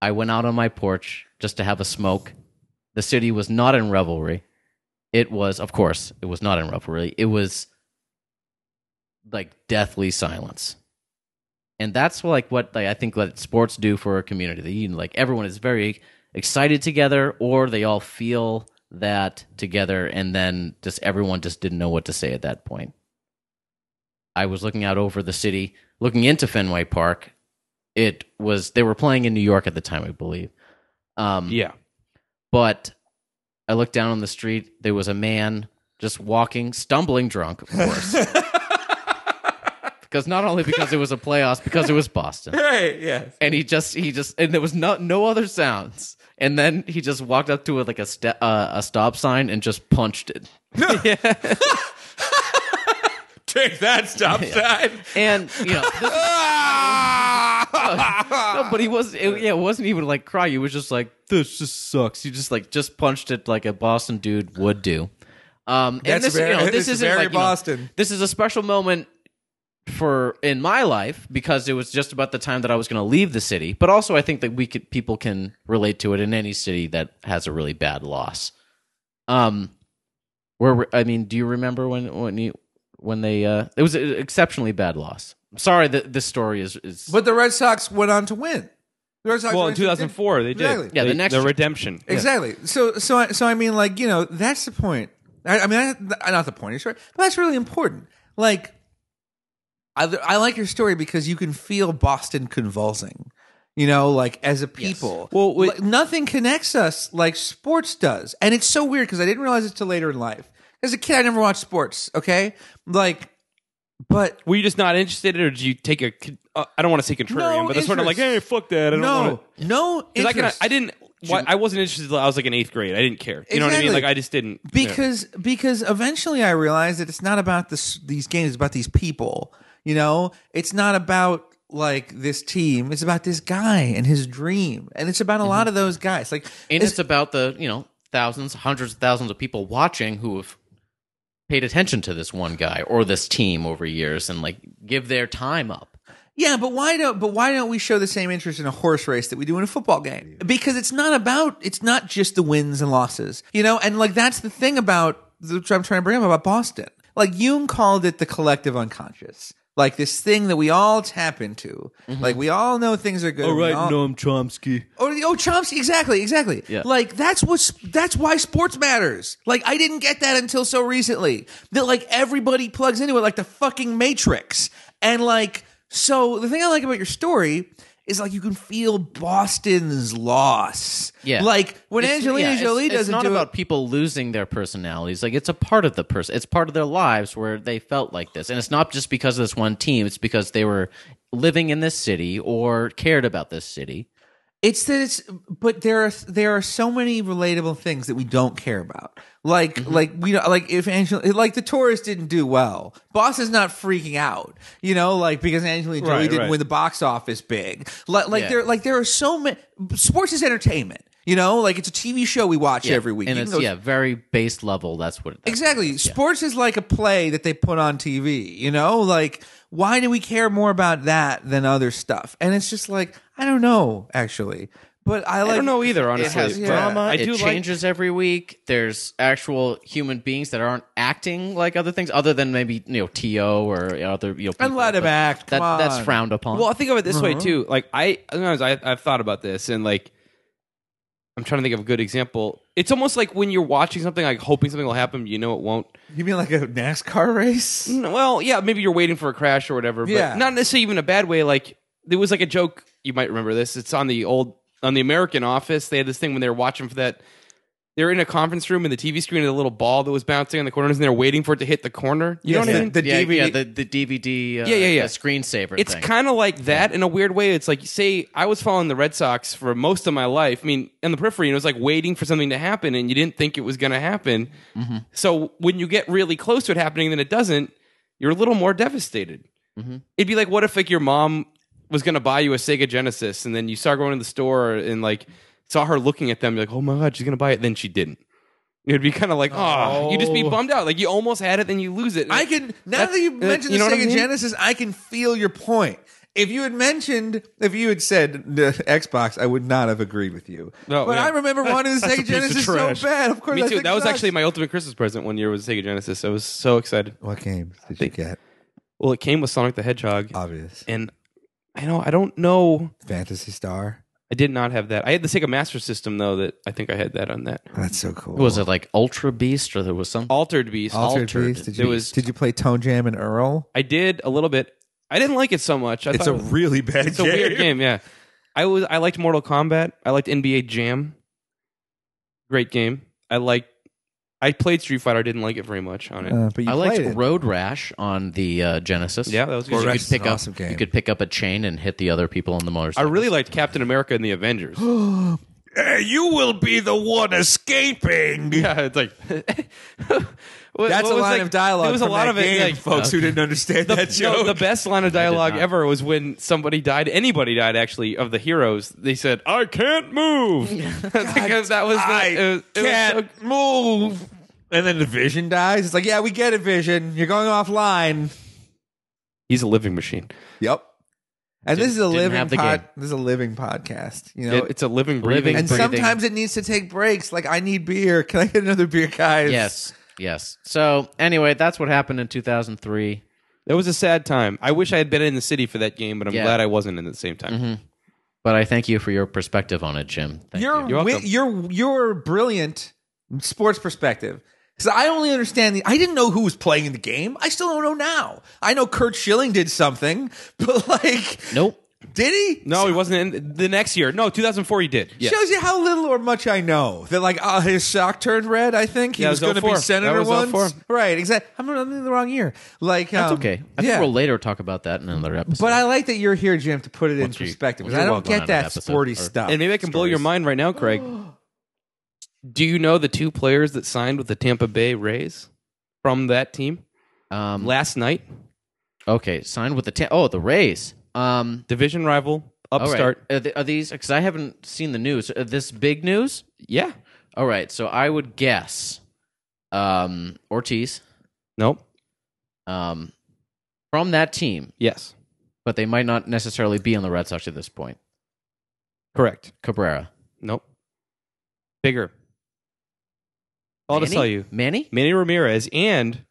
Speaker 2: I went out on my porch just to have a smoke. The city was not in revelry. It was, of course, it was not in revelry. It was like deathly silence. And that's like what like, I think that sports do for a community. They, you know, like everyone is very excited together, or they all feel that together, and then just everyone just didn't know what to say at that point. I was looking out over the city, looking into Fenway Park. It was they were playing in New York at the time, I believe. Um,
Speaker 1: Yeah.
Speaker 2: but I looked down on the street. There was a man just walking, stumbling drunk, of course. because not only because it was a playoffs, because it was Boston.
Speaker 1: Right. Yeah.
Speaker 2: And he just he just and there was no no other sounds. And then he just walked up to a, like a ste- uh, a stop sign and just punched it.
Speaker 5: Take that stop sign.
Speaker 2: And you know, this is-
Speaker 3: Ah!
Speaker 2: no, but he was it, yeah, it wasn't even like cry. He was just like this just sucks. You just like just punched it like a Boston dude would do. Um, and
Speaker 3: That's
Speaker 2: this,
Speaker 3: very-
Speaker 2: you know,
Speaker 3: it's
Speaker 2: this isn't
Speaker 3: very
Speaker 2: like, you know,
Speaker 3: Boston.
Speaker 2: this is a special moment for in my life because it was just about the time that I was going to leave the city. But also, I think that we could people can relate to it in any city that has a really bad loss. Um, where I mean, do you remember when when you when they uh it was an exceptionally bad loss. I'm sorry that this story is is
Speaker 3: But the Red Sox went on to win. The Red Sox
Speaker 1: Well, in
Speaker 3: went on to-
Speaker 1: 2004, they did.
Speaker 3: Exactly.
Speaker 2: Yeah, the
Speaker 1: They-
Speaker 2: next-
Speaker 1: the redemption.
Speaker 3: Exactly. So so I, so I mean like you know that's the point. I, I mean I, not the point, sure, but that's really important. Like I I like your story because you can feel Boston convulsing. You know, like as a people,
Speaker 1: Well, we-
Speaker 3: Like, nothing connects us like sports does, and it's so weird because I didn't realize it till later in life. As a kid, I never watched sports. Okay, like, but
Speaker 1: Were you just not interested, or did you take a? con- Uh, I don't want to say contrarian,
Speaker 3: No
Speaker 1: but that's sort of like,
Speaker 3: interest.
Speaker 1: hey, fuck that. I don't
Speaker 3: no,
Speaker 1: want
Speaker 3: no,
Speaker 1: Because I, can,
Speaker 3: interest.
Speaker 1: I didn't. Why, I wasn't interested until I was like in eighth grade. I didn't care. You know what I mean?
Speaker 3: Exactly.
Speaker 1: Like I just didn't. yeah.
Speaker 3: because because eventually I realized that it's not about this these games, it's about these people. You know, it's not about like this team. It's about this guy and his dream, and it's about a lot of those guys. Like
Speaker 2: and
Speaker 3: it's-
Speaker 2: it's about the you know thousands, hundreds of thousands of people watching who have paid attention to this one guy or this team over years and like give their time up.
Speaker 3: Yeah, but why don't but why don't we show the same interest in a horse race that we do in a football game? Because it's not about it's not just the wins and losses. You know, and like that's the thing about that's what I'm trying to bring up about Boston. Like Jung called it the collective unconscious. Like this thing that we all tap into. Like we all know things are good.
Speaker 4: All
Speaker 3: we
Speaker 4: right,
Speaker 3: all-
Speaker 4: Noam Chomsky.
Speaker 3: Oh, oh, Chomsky, exactly, exactly.
Speaker 2: Yeah.
Speaker 3: Like that's what's that's why sports matters. Like I didn't get that until so recently. That like everybody plugs into it like the fucking Matrix. And like so, the thing I like about your story is like you can feel Boston's loss.
Speaker 2: Yeah.
Speaker 3: Like when
Speaker 2: It's-
Speaker 3: Angelina
Speaker 2: yeah, it's-
Speaker 3: Jolie
Speaker 2: it's,
Speaker 3: doesn't
Speaker 2: not
Speaker 3: do
Speaker 2: about
Speaker 3: it.
Speaker 2: people losing their personalities. Like it's a part of the person. It's part of their lives where they felt like this, and it's not just because of this one team. It's because they were living in this city or cared about this city.
Speaker 3: It's that it's, but there are there are so many relatable things that we don't care about. Like like we don't like if Angela like the tourist didn't do well, Boston's not freaking out, you know, like because Angelina Jolie
Speaker 1: Right,
Speaker 3: didn't
Speaker 1: right.
Speaker 3: win the box office big. Like like
Speaker 2: Yeah.
Speaker 3: there like there are so many sports is entertainment, you know, like it's a TV show we watch every week,
Speaker 2: and
Speaker 3: You
Speaker 2: it's
Speaker 3: can go-
Speaker 2: yeah, very base level. That's what. That's
Speaker 3: Exactly. Sports is like a play that they put on TV, you know? Like, why do we care more about that than other stuff? And it's just like, I don't know, actually. But I like
Speaker 1: I don't know either, honestly.
Speaker 2: it has
Speaker 1: but
Speaker 2: drama.
Speaker 1: I
Speaker 2: it
Speaker 1: do like
Speaker 2: changes every week. There's actual human beings that aren't acting like other things, other than maybe you know To or other you know.
Speaker 3: And
Speaker 2: people,
Speaker 3: let him
Speaker 2: but
Speaker 3: act.
Speaker 2: That,
Speaker 3: Come
Speaker 2: That's
Speaker 3: on.
Speaker 2: frowned upon.
Speaker 1: Well, I think of it this way too. Like I, sometimes I, I've thought about this, and like I'm trying to think of a good example. It's almost like when you're watching something, like hoping something will happen, but you know it won't.
Speaker 3: You mean like a NASCAR race?
Speaker 1: Mm, Well, yeah, maybe you're waiting for a crash or whatever, but
Speaker 3: Yeah.
Speaker 1: not necessarily even a bad way. Like there was like a joke you might remember this. It's on the old on the American Office. They had this thing when they were watching for that. They're in a conference room and the TV screen had a little ball that was bouncing on the corners, and they're waiting for it to hit the corner. You know what I mean?
Speaker 3: the, the
Speaker 2: yeah,
Speaker 3: DVD.
Speaker 2: yeah, the, the DVD, uh,
Speaker 1: Yeah, yeah, yeah.
Speaker 2: the screensaver.
Speaker 1: It's
Speaker 2: thing.
Speaker 1: kind of like that in a weird way. It's like, say, I was following the Red Sox for most of my life. I mean, in the periphery, and it was like waiting for something to happen, and you didn't think it was going to happen. So when you get really close to it happening, then it doesn't. You're a little more devastated. It'd be like, what if like your mom was going to buy you a Sega Genesis, and then you saw her going to the store and like saw her looking at them, you're like, oh my god, she's going to buy it, then she didn't. It'd be kind of like, oh, you just be bummed out. Like you almost had it, then you lose it.
Speaker 3: I can now
Speaker 1: That-
Speaker 3: that you
Speaker 1: that-
Speaker 3: mentioned
Speaker 1: uh, you know
Speaker 3: the
Speaker 1: what I
Speaker 3: Sega
Speaker 1: mean?
Speaker 3: Genesis, I can feel your point. If you had mentioned, if you had said the Xbox, I would not have agreed with you.
Speaker 1: No,
Speaker 3: but
Speaker 1: yeah.
Speaker 3: I remember wanting the Sega Genesis so bad. Of course,
Speaker 1: Me
Speaker 3: I
Speaker 1: too.
Speaker 3: think
Speaker 1: That was
Speaker 3: it
Speaker 1: actually
Speaker 3: sucks.
Speaker 1: my ultimate Christmas present one year was Sega Genesis. I was so excited.
Speaker 3: What games did you get?
Speaker 1: Well, it came with Sonic the
Speaker 3: Uh,
Speaker 1: Hedgehog,
Speaker 3: Obvious.
Speaker 1: and I know I don't know.
Speaker 3: Fantasy Star.
Speaker 1: I did not have that. I had the Sega Master System though. That I think I had that on that
Speaker 3: Oh, That's so cool.
Speaker 2: was it like Ultra Beast or there was
Speaker 3: Oh,
Speaker 2: some
Speaker 1: Altered Beast.
Speaker 3: Altered,
Speaker 2: Altered.
Speaker 3: Beast? Did
Speaker 1: There
Speaker 3: you,
Speaker 1: was-
Speaker 3: did you play Tone Jam and Earl?
Speaker 1: I did a little bit. I didn't like it so much. I
Speaker 5: It's
Speaker 1: thought
Speaker 5: a
Speaker 1: it was-
Speaker 5: really bad
Speaker 1: it's a weird game. Yeah, I was. I liked Mortal Kombat. I liked NBA Jam. Great game. I liked. I played Street Fighter. I didn't like it very much on it.
Speaker 3: Uh, but you
Speaker 2: I liked
Speaker 3: played it.
Speaker 2: Road Rash on the uh, Genesis.
Speaker 1: yeah, that was
Speaker 2: You
Speaker 1: good.
Speaker 2: could
Speaker 3: Rash is
Speaker 2: pick
Speaker 3: an
Speaker 2: up.
Speaker 3: awesome game.
Speaker 2: You could pick up a chain and hit the other people on the
Speaker 1: I
Speaker 2: motorcycle.
Speaker 1: really liked Captain America and the Avengers.
Speaker 5: Uh, you will be the one escaping.
Speaker 1: Yeah, it's like What-
Speaker 3: That's
Speaker 1: what
Speaker 3: a
Speaker 1: was,
Speaker 3: line
Speaker 1: like-
Speaker 3: of dialogue
Speaker 1: There was a
Speaker 3: from
Speaker 1: lot
Speaker 3: that
Speaker 1: of it.
Speaker 3: game,
Speaker 1: like,
Speaker 5: folks who didn't understand
Speaker 1: the,
Speaker 5: that
Speaker 1: no,
Speaker 5: joke.
Speaker 1: the best line of dialogue
Speaker 2: not.
Speaker 1: ever was when somebody died. Anybody died actually of the heroes. They said, "I can't move," because that was the.
Speaker 5: I
Speaker 1: it was, it was
Speaker 5: can't
Speaker 1: so-
Speaker 5: move. And then the vision.
Speaker 3: Vision dies. It's like, yeah, we get it, Vision. You're going offline.
Speaker 1: he's a living machine.
Speaker 3: Yep. And this is a
Speaker 2: didn't
Speaker 3: living
Speaker 2: have the
Speaker 3: pod,
Speaker 2: game.
Speaker 3: this is a living podcast. You know,
Speaker 1: It- it's a living, breathing.
Speaker 2: Living,
Speaker 3: and
Speaker 2: breathing.
Speaker 3: sometimes it needs to take breaks. Like I need beer. Can I get another beer, guys?
Speaker 2: Yes. Yes. So anyway, that's what happened in 2003.
Speaker 1: that was a sad time. I wish I had been in the city for that game, but I'm
Speaker 2: Yeah.
Speaker 1: glad I wasn't in at the same time.
Speaker 3: Mm-hmm.
Speaker 2: But I thank you for your perspective on it, Jim. Thank
Speaker 3: You're
Speaker 2: you.
Speaker 1: You're
Speaker 3: wi-
Speaker 1: welcome.
Speaker 3: you're you're brilliant sports perspective. Because I only understand the. I didn't know who was playing in the game. I still don't know now. I know Kurt Schilling did something, but like,
Speaker 2: Nope.
Speaker 3: did he?
Speaker 1: No, he wasn't in the next year. No, 2004. He did. Yeah,
Speaker 3: Shows you how little or much I know. That like uh, his sock turned red. I think he
Speaker 1: Yeah, it
Speaker 3: was,
Speaker 1: was
Speaker 3: going to be
Speaker 1: 04. That
Speaker 3: senator
Speaker 1: was 04.
Speaker 3: once. Right? Exactly. I'm, I'm in the wrong year. Like
Speaker 2: That's
Speaker 3: um,
Speaker 2: okay. I
Speaker 3: yeah.
Speaker 2: think we'll later talk about that in another episode.
Speaker 3: But I like that you're here, Jim, to put it in
Speaker 2: you-
Speaker 3: perspective.
Speaker 2: once
Speaker 3: Because I
Speaker 2: you
Speaker 3: don't
Speaker 2: walk on
Speaker 3: get
Speaker 2: an
Speaker 3: that
Speaker 2: episode
Speaker 3: sporty
Speaker 2: or-
Speaker 3: stuff.
Speaker 1: and maybe I can blow your mind right now, Craig. Do you know the two players that signed with the Tampa Bay Rays from that team
Speaker 2: um,
Speaker 1: last night?
Speaker 2: okay, signed with the ta- oh the Rays. Um,
Speaker 1: Division rival,
Speaker 2: all right.
Speaker 1: upstart.
Speaker 2: Are, th- are these? Because I haven't seen the news. Are this big news.
Speaker 1: Yeah.
Speaker 2: All right. So I would guess um, Ortiz
Speaker 1: Nope.
Speaker 2: um, from that team,
Speaker 1: Yes.
Speaker 2: but they might not necessarily be on the Red Sox at this point.
Speaker 1: Correct.
Speaker 2: Cabrera.
Speaker 1: Nope. Bigger. I'll just
Speaker 2: Manny?
Speaker 1: tell you.
Speaker 2: Manny.
Speaker 1: Manny Ramirez and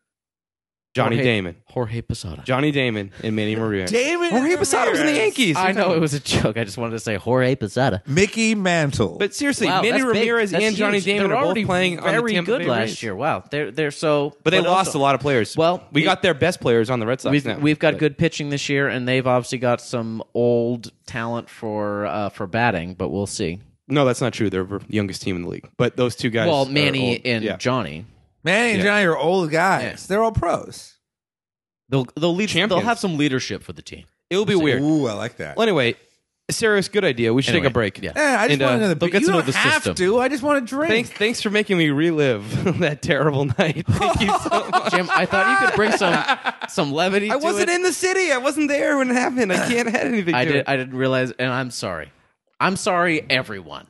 Speaker 1: Johnny
Speaker 2: Jorge-
Speaker 1: Damon.
Speaker 2: Jorge Posada.
Speaker 1: Johnny Damon and Manny Ramirez.
Speaker 3: Damon
Speaker 1: Jorge Posada was in the Yankees.
Speaker 2: I know it was a joke. I just wanted to say Jorge Posada.
Speaker 3: Mickey Mantle.
Speaker 1: But seriously,
Speaker 2: Wow,
Speaker 1: Manny
Speaker 2: that's big.
Speaker 1: Ramirez
Speaker 2: That's
Speaker 1: and Johnny
Speaker 2: huge.
Speaker 1: Damon
Speaker 2: They're
Speaker 1: are
Speaker 2: already
Speaker 1: both playing on
Speaker 2: very
Speaker 1: the Tampa
Speaker 2: good
Speaker 1: Bay
Speaker 2: last
Speaker 1: Rays.
Speaker 2: year. Wow, they're they're so.
Speaker 1: But they lost
Speaker 2: also-
Speaker 1: a lot of players.
Speaker 2: Well,
Speaker 1: we
Speaker 2: it-
Speaker 1: got their best players on the Red Sox
Speaker 2: We've
Speaker 1: now.
Speaker 2: we've got
Speaker 1: But-
Speaker 2: good pitching this year, and they've obviously got some old talent for uh, for batting. But we'll see.
Speaker 1: No, that's not true. They're the youngest team in the league. But those two guys.
Speaker 2: well,
Speaker 1: are
Speaker 2: Manny
Speaker 1: old.
Speaker 2: and
Speaker 1: yeah.
Speaker 2: Johnny,
Speaker 3: Manny and
Speaker 1: Yeah.
Speaker 3: Johnny are old guys.
Speaker 2: Yeah.
Speaker 3: They're all pros.
Speaker 2: they'll they'll lead.
Speaker 1: Champions.
Speaker 2: They'll have some leadership for the team.
Speaker 1: It'll be weird.
Speaker 3: Ooh, I like that.
Speaker 1: Well, anyway, serious good idea. We should
Speaker 2: Anyway,
Speaker 1: take a break.
Speaker 2: yeah.
Speaker 3: Eh, I just
Speaker 1: and,
Speaker 3: want
Speaker 1: uh,
Speaker 3: another
Speaker 2: they'll
Speaker 3: beer.
Speaker 2: get
Speaker 3: You
Speaker 2: to know
Speaker 3: don't
Speaker 2: the
Speaker 3: have
Speaker 2: system.
Speaker 3: to. I just want to drink.
Speaker 1: Thanks, thanks for making me relive that terrible night. Thank you so much.
Speaker 2: Jim, I thought you could bring some some levity.
Speaker 1: I
Speaker 2: to
Speaker 1: wasn't
Speaker 2: it.
Speaker 1: in the city. I wasn't there when it happened. I can't add anything.
Speaker 2: I
Speaker 1: to
Speaker 2: did.
Speaker 1: It.
Speaker 2: I didn't realize, and I'm sorry. I'm sorry, everyone.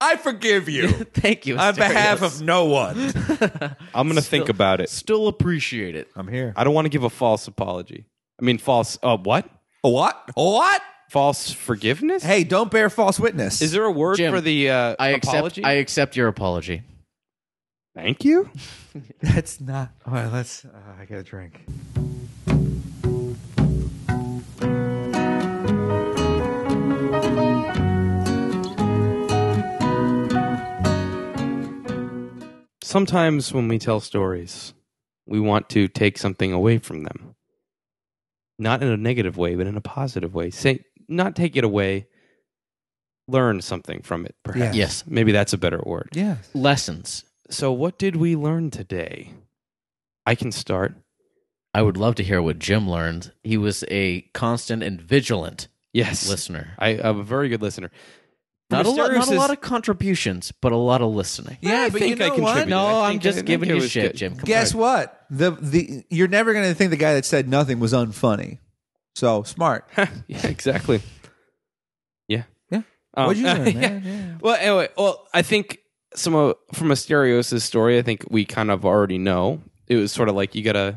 Speaker 5: I forgive you.
Speaker 2: Thank you
Speaker 3: On behalf
Speaker 2: Asterios.
Speaker 3: of no one.
Speaker 1: I'm gonna think about it.
Speaker 2: Still appreciate it.
Speaker 3: I'm here.
Speaker 1: I don't want to give a false apology. I mean, false. Uh, what?
Speaker 3: What? What?
Speaker 1: false forgiveness.
Speaker 3: Hey, don't bear false witness.
Speaker 1: is there a word
Speaker 2: Jim,
Speaker 1: for the uh,
Speaker 2: I accept.
Speaker 1: apology?
Speaker 2: I accept your apology.
Speaker 1: Thank you.
Speaker 3: That's not. All right, let's. Uh, I got a drink.
Speaker 1: Sometimes when we tell stories, we want to take something away from them. Not in a negative way, but in a positive way. Say not take it away, learn something from it perhaps.
Speaker 3: Yeah.
Speaker 2: Yes,
Speaker 1: Maybe that's a better word.
Speaker 3: Yeah.
Speaker 2: lessons.
Speaker 1: So what did we learn today? I can start.
Speaker 2: I would love to hear what Jim learned. He was a constant and vigilant
Speaker 1: Yes.
Speaker 2: listener.
Speaker 1: I, I'm a very good listener.
Speaker 2: Not a, lot, not a
Speaker 1: Mysteriousness-
Speaker 2: lot of contributions, but a lot of listening.
Speaker 1: I
Speaker 3: but
Speaker 1: think
Speaker 3: you
Speaker 1: I
Speaker 3: know what?
Speaker 1: contributed.
Speaker 2: No,
Speaker 1: I
Speaker 2: I'm
Speaker 1: think- I
Speaker 2: just
Speaker 1: think
Speaker 2: giving
Speaker 1: it
Speaker 2: you
Speaker 1: was
Speaker 2: shit,
Speaker 1: good.
Speaker 2: Jim. Come
Speaker 3: Guess
Speaker 2: on.
Speaker 3: what? The the you're never gonna think the guy that said nothing was unfunny. So smart.
Speaker 1: yeah, exactly. Yeah.
Speaker 3: Yeah.
Speaker 1: Um,
Speaker 3: What'd you learn,
Speaker 1: yeah.
Speaker 3: man? Yeah.
Speaker 1: Well, anyway, well, I think some of, from Asterios' story, I think we kind of already know. It was sort of like you gotta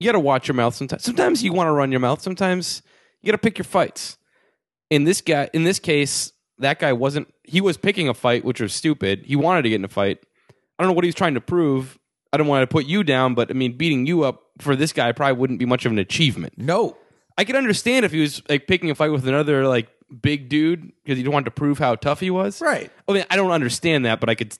Speaker 1: you gotta watch your mouth sometimes. Sometimes you want to run your mouth. Sometimes you gotta pick your fights. In this guy, in this case, that guy wasn't. He was picking a fight, which was stupid. He wanted to get in a fight. I don't know what he was trying to prove. I don't want to put you down, but I mean, beating you up for this guy probably wouldn't be much of an achievement.
Speaker 3: No.
Speaker 1: I could understand if he was like picking a fight with another like big dude because he wanted to prove how tough he was.
Speaker 3: Right.
Speaker 1: I mean, I don't understand that, but I could,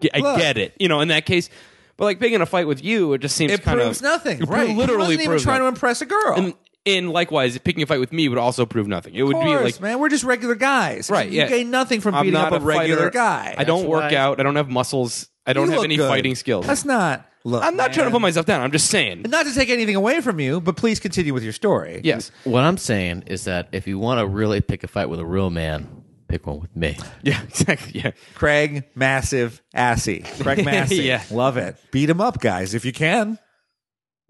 Speaker 1: get, I
Speaker 3: Look.
Speaker 1: get it. You know, in that case, but like picking a fight with you, it just seems
Speaker 3: It
Speaker 1: kind
Speaker 3: proves
Speaker 1: of
Speaker 3: nothing.
Speaker 1: it pro-
Speaker 3: Right.
Speaker 1: Literally,
Speaker 3: he wasn't even
Speaker 1: proves
Speaker 3: trying to
Speaker 1: nothing.
Speaker 3: impress a girl.
Speaker 1: And, and likewise, picking a fight with me would also prove nothing. It would
Speaker 3: of
Speaker 1: be
Speaker 3: course,
Speaker 1: like
Speaker 3: man. We're just regular guys.
Speaker 1: Right,
Speaker 3: You
Speaker 1: yeah.
Speaker 3: gain nothing from
Speaker 1: I'm
Speaker 3: beating
Speaker 1: not
Speaker 3: up a, regular
Speaker 1: fighter.
Speaker 3: guy.
Speaker 1: I don't
Speaker 2: That's
Speaker 1: work
Speaker 2: why-
Speaker 1: out. I don't have muscles. I don't
Speaker 3: You
Speaker 1: have
Speaker 3: look
Speaker 1: any
Speaker 3: good.
Speaker 1: fighting skills.
Speaker 3: That's not. Look,
Speaker 1: I'm not trying to
Speaker 3: man.
Speaker 1: put myself down. I'm just saying.
Speaker 3: Not to take anything away from you, but please continue with your story.
Speaker 1: Yes.
Speaker 2: What I'm saying is that if you want to really pick a fight with a real man, pick one with me.
Speaker 1: Yeah. Exactly. Yeah.
Speaker 3: Craig Massive Assy. Craig Massive.
Speaker 1: Yeah.
Speaker 3: Love it. Beat him up, guys, if you can.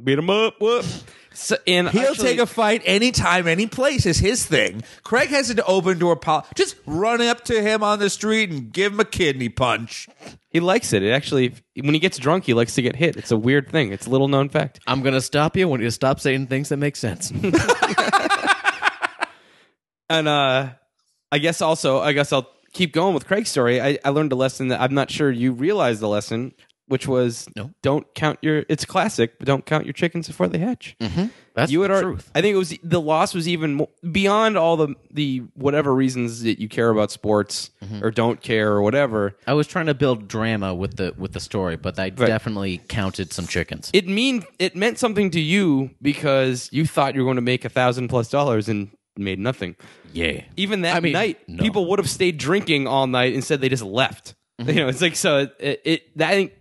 Speaker 1: Beat him up. Whoop. So, and
Speaker 3: He'll
Speaker 1: actually-
Speaker 3: take a fight anytime, any place is his thing. Craig has an open door pol Just run up to him on the street and give him a kidney punch.
Speaker 1: He likes it. It actually, when he gets drunk, he likes to get hit. It's a weird thing. It's a little known fact.
Speaker 2: I'm gonna stop you when you stop saying things that make sense.
Speaker 1: And uh, I guess also, I guess I'll keep going with Craig's story. I, I learned a lesson that I'm not sure you realized the lesson, which was
Speaker 2: No.
Speaker 1: don't count your. It's classic, but don't count your chickens before they hatch.
Speaker 2: That's
Speaker 1: You had
Speaker 2: the
Speaker 1: ar-
Speaker 2: truth.
Speaker 1: I think it was the loss was even mo beyond all the the whatever reasons that you care about sports or don't care or whatever.
Speaker 2: I was trying to build drama with the with the story, but I definitely counted some chickens.
Speaker 1: It mean it meant something to you because you thought you were going to make a thousand plus dollars and made nothing.
Speaker 2: yeah.
Speaker 1: even that
Speaker 2: I mean,
Speaker 1: night,
Speaker 2: no.
Speaker 1: people would have stayed drinking all night. Instead, they just left.
Speaker 2: Mm-hmm.
Speaker 1: You know, it's like so. It, it that I think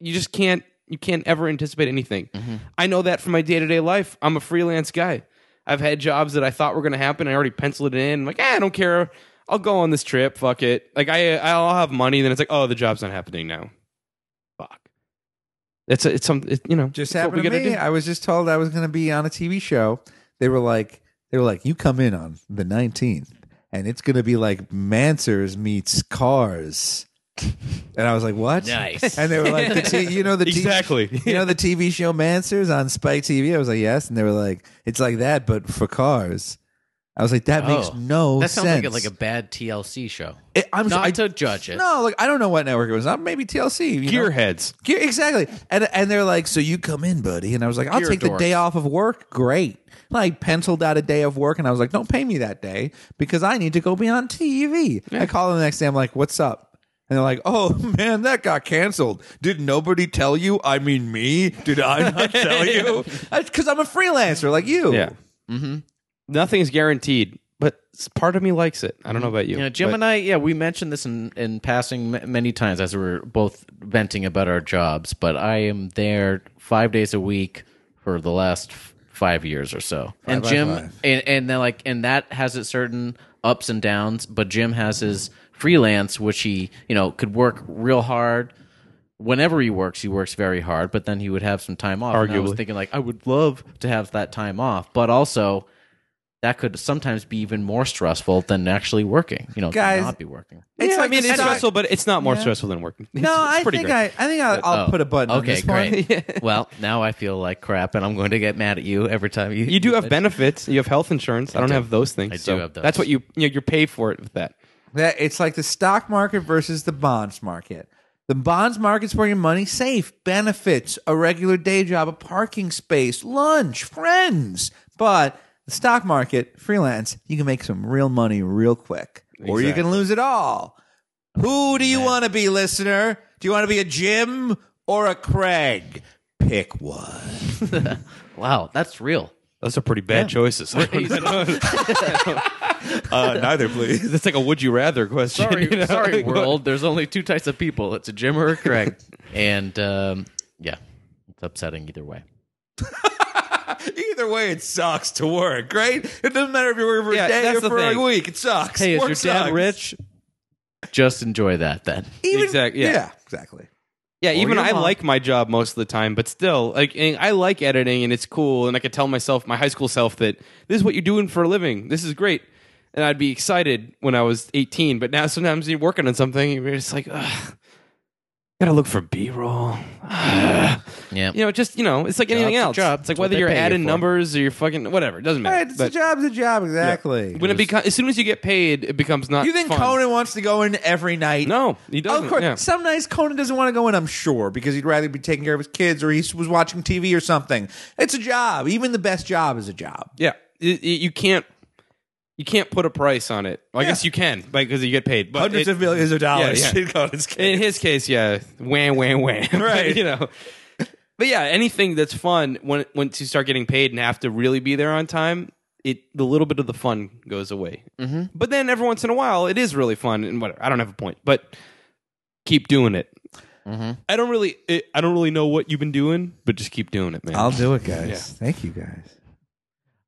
Speaker 1: you just can't you can't ever anticipate anything.
Speaker 2: Mm-hmm.
Speaker 1: I know that from my day to day life. I'm a freelance guy. I've had jobs that I thought were going to happen. I already penciled it in. I'm like, eh, I don't care. I'll go on this trip. Fuck it. Like I I'll have money. Then it's like, oh, the job's not happening now. Fuck. It's a, it's some it, you know
Speaker 3: Just
Speaker 1: it's what
Speaker 3: happened to
Speaker 1: we gotta
Speaker 3: me.
Speaker 1: do.
Speaker 3: I was just told I was going to be on a TV show. They were like, they were like, you come in on the 19th and it's going to be like Mansers meets Cars. And I was like, what?
Speaker 2: Nice.
Speaker 3: And they were like, the t- you know the t-
Speaker 1: Exactly.
Speaker 3: you know the TV show Mansers on Spike TV. I was like, yes, and they were like, it's like that, but for cars. I was like, that makes no
Speaker 2: Oh. That
Speaker 3: sense.
Speaker 2: sounds like a, like a bad TLC show.
Speaker 3: It- I'm
Speaker 2: Not
Speaker 3: I-
Speaker 2: to judge it.
Speaker 3: No, like I don't know what network it was on. Maybe TLC. You know?
Speaker 1: Gearheads.
Speaker 3: Gear, exactly. And and they're like, so you come in, buddy. And I was like, I'll
Speaker 2: Gear
Speaker 3: take the
Speaker 2: dorks.
Speaker 3: day off of work. Great. And I penciled out a day of work, and I was like, don't pay me that day because I need to go be on TV. I call them the next day. I'm like, what's up? And they're like, oh man, that got canceled. Did nobody tell you? I mean, me? Did I not tell you? Because I'm a freelancer like you.
Speaker 1: Yeah.
Speaker 2: Mm-hmm.
Speaker 1: Nothing's guaranteed, but s- part of me likes it. I don't know about you.
Speaker 2: You know, Jim
Speaker 1: but-
Speaker 2: and I, yeah, we mentioned this in, in passing m- many times as we were both venting about our jobs, but I am there five days a week for the last f- five years or so. and
Speaker 3: by
Speaker 2: Jim,
Speaker 3: five.
Speaker 2: and, and then like, and that has its certain ups and downs, but Jim has his freelance, which he, you know, could work real hard. Whenever he works, he works very hard, but then he would have some time off. And I was
Speaker 1: Arguably.
Speaker 2: thinking, like, I would love to have that time off, but also that could sometimes be even more stressful than actually working. You know, to
Speaker 3: Guys,
Speaker 2: not be working.
Speaker 3: It's
Speaker 1: yeah, I
Speaker 3: like
Speaker 1: mean,
Speaker 3: the
Speaker 1: it's
Speaker 3: stock-
Speaker 1: stressful, but it's not more stressful than working.
Speaker 3: No,
Speaker 1: It's- it's
Speaker 3: I
Speaker 1: pretty
Speaker 3: think
Speaker 1: great.
Speaker 3: I, I think I'll, I'll
Speaker 2: Oh,
Speaker 3: put a button. on
Speaker 2: Okay,
Speaker 3: this one.
Speaker 2: great. well, now I feel like crap, and I'm going to get mad at you every time you.
Speaker 1: You do have benefits. You have health insurance. I, don't
Speaker 2: do.
Speaker 1: have those things.
Speaker 2: I do
Speaker 1: so
Speaker 2: have those.
Speaker 1: That's what you you know, you're paid for it with that.
Speaker 3: That it's like the stock market versus the bonds market. The bonds market's where your money's safe, benefits, a regular day job, a parking space, lunch, friends. But the stock market, freelance, you can make some real money real quick, or you can lose it all. Who do you want to be, listener? Do you want to be a Jim or a Craig? Pick one.
Speaker 2: Wow, that's real.
Speaker 5: Those are pretty bad choices. uh, neither, please.
Speaker 1: That's like a would you rather question.
Speaker 2: Sorry,
Speaker 1: you know?
Speaker 2: sorry,
Speaker 1: Like, what-
Speaker 2: world. There's only two types of people. It's a Jim or a Craig, and um, yeah, it's upsetting either way.
Speaker 5: Either way, it sucks to work, right? It doesn't matter if you're working for
Speaker 1: Yeah,
Speaker 5: a day
Speaker 1: that's
Speaker 5: or
Speaker 1: the
Speaker 5: for
Speaker 1: thing.
Speaker 5: a week. It sucks.
Speaker 2: Hey, is
Speaker 5: Work
Speaker 2: your dad
Speaker 5: sucks.
Speaker 2: rich? Just enjoy that then.
Speaker 3: Even,
Speaker 1: Exact- yeah.
Speaker 3: exactly.
Speaker 1: Yeah, even
Speaker 2: your
Speaker 1: I
Speaker 2: mom.
Speaker 1: like my job most of the time, but still, like and I like editing and it's cool, and I could tell myself, my high school self, that this is what you're doing for a living. This is great, and I'd be excited when I was 18. But now, sometimes you're working on something, and you're just like, Ugh, gotta look for B-roll.
Speaker 2: Yeah.
Speaker 1: You know, just you know, it's like anything
Speaker 2: Job's a
Speaker 1: else.
Speaker 2: job.
Speaker 1: It's like
Speaker 2: It's what
Speaker 1: whether
Speaker 2: they
Speaker 1: you're
Speaker 2: pay you
Speaker 1: adding
Speaker 2: for.
Speaker 1: numbers or you're fucking whatever. It doesn't matter.
Speaker 3: Right, it's
Speaker 1: But
Speaker 3: a job's a job, exactly.
Speaker 1: when it becomes, as soon as you get paid, it becomes not.
Speaker 3: You think
Speaker 1: fun.
Speaker 3: Conan wants to go in every night?
Speaker 1: No,
Speaker 2: Oh,
Speaker 1: he doesn't.
Speaker 3: Of course,
Speaker 1: yeah.
Speaker 3: some nights Conan doesn't want to go in. I'm sure because he'd rather be taking care of his kids or he was watching TV or something. It's a job. Even the best job is a job.
Speaker 1: Yeah, It- it- you can't you can't put a price on it. Well, I guess you can, like because you get paid. But
Speaker 3: Hundreds
Speaker 1: it-
Speaker 3: of millions of dollars.
Speaker 1: Yeah, yeah. in his case, yeah, wham, wham, wham.
Speaker 3: Right.
Speaker 1: you know. But yeah, anything that's fun when once you start getting paid and have to really be there on time, it the little bit of the fun goes away. Mm-hmm. But then every once in a while, it is really fun and whatever. I don't have a point, but keep doing it.
Speaker 3: Mm-hmm.
Speaker 1: I don't really, it, I don't really know what you've been doing, but just keep doing it, man.
Speaker 3: I'll do it, guys.
Speaker 1: Yeah.
Speaker 3: Thank you, guys.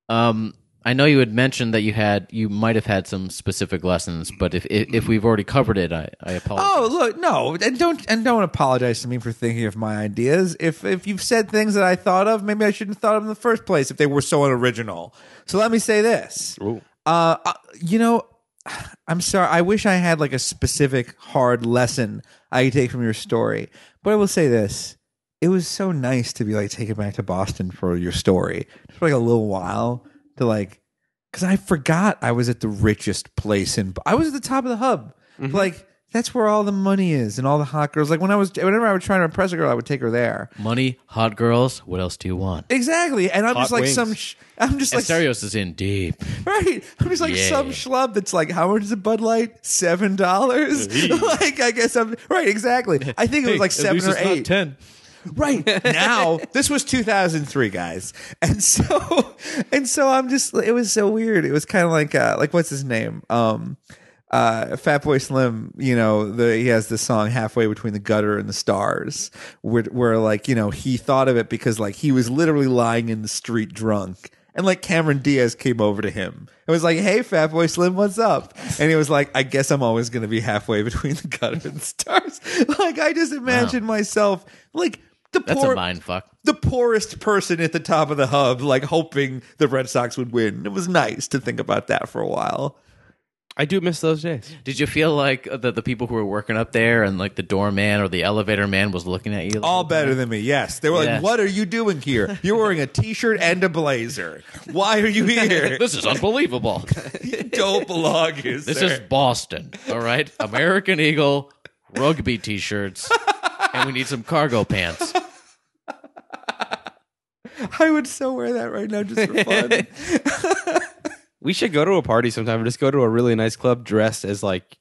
Speaker 2: Um, I know you had mentioned that you had you might have had some specific lessons, but if if, if we've already covered it, I, I apologize.
Speaker 3: Oh, look, no, and don't and don't apologize to me for thinking of my ideas. If if you've said things that I thought of, maybe I shouldn't have thought of them in the first place if they were so unoriginal. So let me say this.
Speaker 1: Ooh.
Speaker 3: Uh, uh, you know, I'm sorry. I wish I had like a specific hard lesson I could take from your story, but I will say this: it was so nice to be like taken back to Boston for your story just for like a little while to like, because I forgot I was at the richest place in. I was at the top of the hub,
Speaker 2: Mm-hmm.
Speaker 3: like. That's where all the money is and all the hot girls. Like when I was, whenever I was trying to impress a girl, I would take her there.
Speaker 2: Money, hot girls. What else do you want?
Speaker 3: Exactly, and I'm just like
Speaker 1: wings.
Speaker 3: some. Sh- I'm just
Speaker 2: And
Speaker 3: like
Speaker 2: Asterios is in deep.
Speaker 3: Right. I'm just like
Speaker 2: Yeah.
Speaker 3: some schlub that's like, how much is a Bud Light? Seven dollars? like I guess I'm right, exactly. I think it was like seven or eight.
Speaker 2: ten.
Speaker 3: Right. Now this was two thousand three, guys. And so and so I'm just it was so weird. It was kind of like uh like what's his name? Um uh Fat Boy Slim, you know, the he has this song halfway between the gutter and the stars, where where like, you know, he thought of it because like he was literally lying in the street drunk. And like Cameron Diaz came over to him and was like, "Hey, Fat Boy Slim, what's up?" And he was like, "I guess I'm always gonna be halfway between the gutter and the stars." like I just imagined myself like the
Speaker 2: That's
Speaker 3: poor,
Speaker 2: a mind fuck.
Speaker 3: the poorest person at the top of the hub, like hoping the Red Sox would win. It was nice to think about that for a while.
Speaker 1: I do miss those days.
Speaker 2: Did you feel like the the people who were working up there and like the doorman or the elevator man was looking at you?
Speaker 3: All better than me, yes. They were
Speaker 2: Yeah.
Speaker 3: like, "What are you doing here? You're wearing a T-shirt and a blazer. Why are you here?
Speaker 2: This is unbelievable.
Speaker 3: you don't belong here."
Speaker 2: This
Speaker 3: sir."
Speaker 2: is Boston, all right? American Eagle rugby t shirts, and we need some cargo pants.
Speaker 3: I would so wear that right now just for fun.
Speaker 1: We should go to a party sometime. Just go to a really nice club dressed as like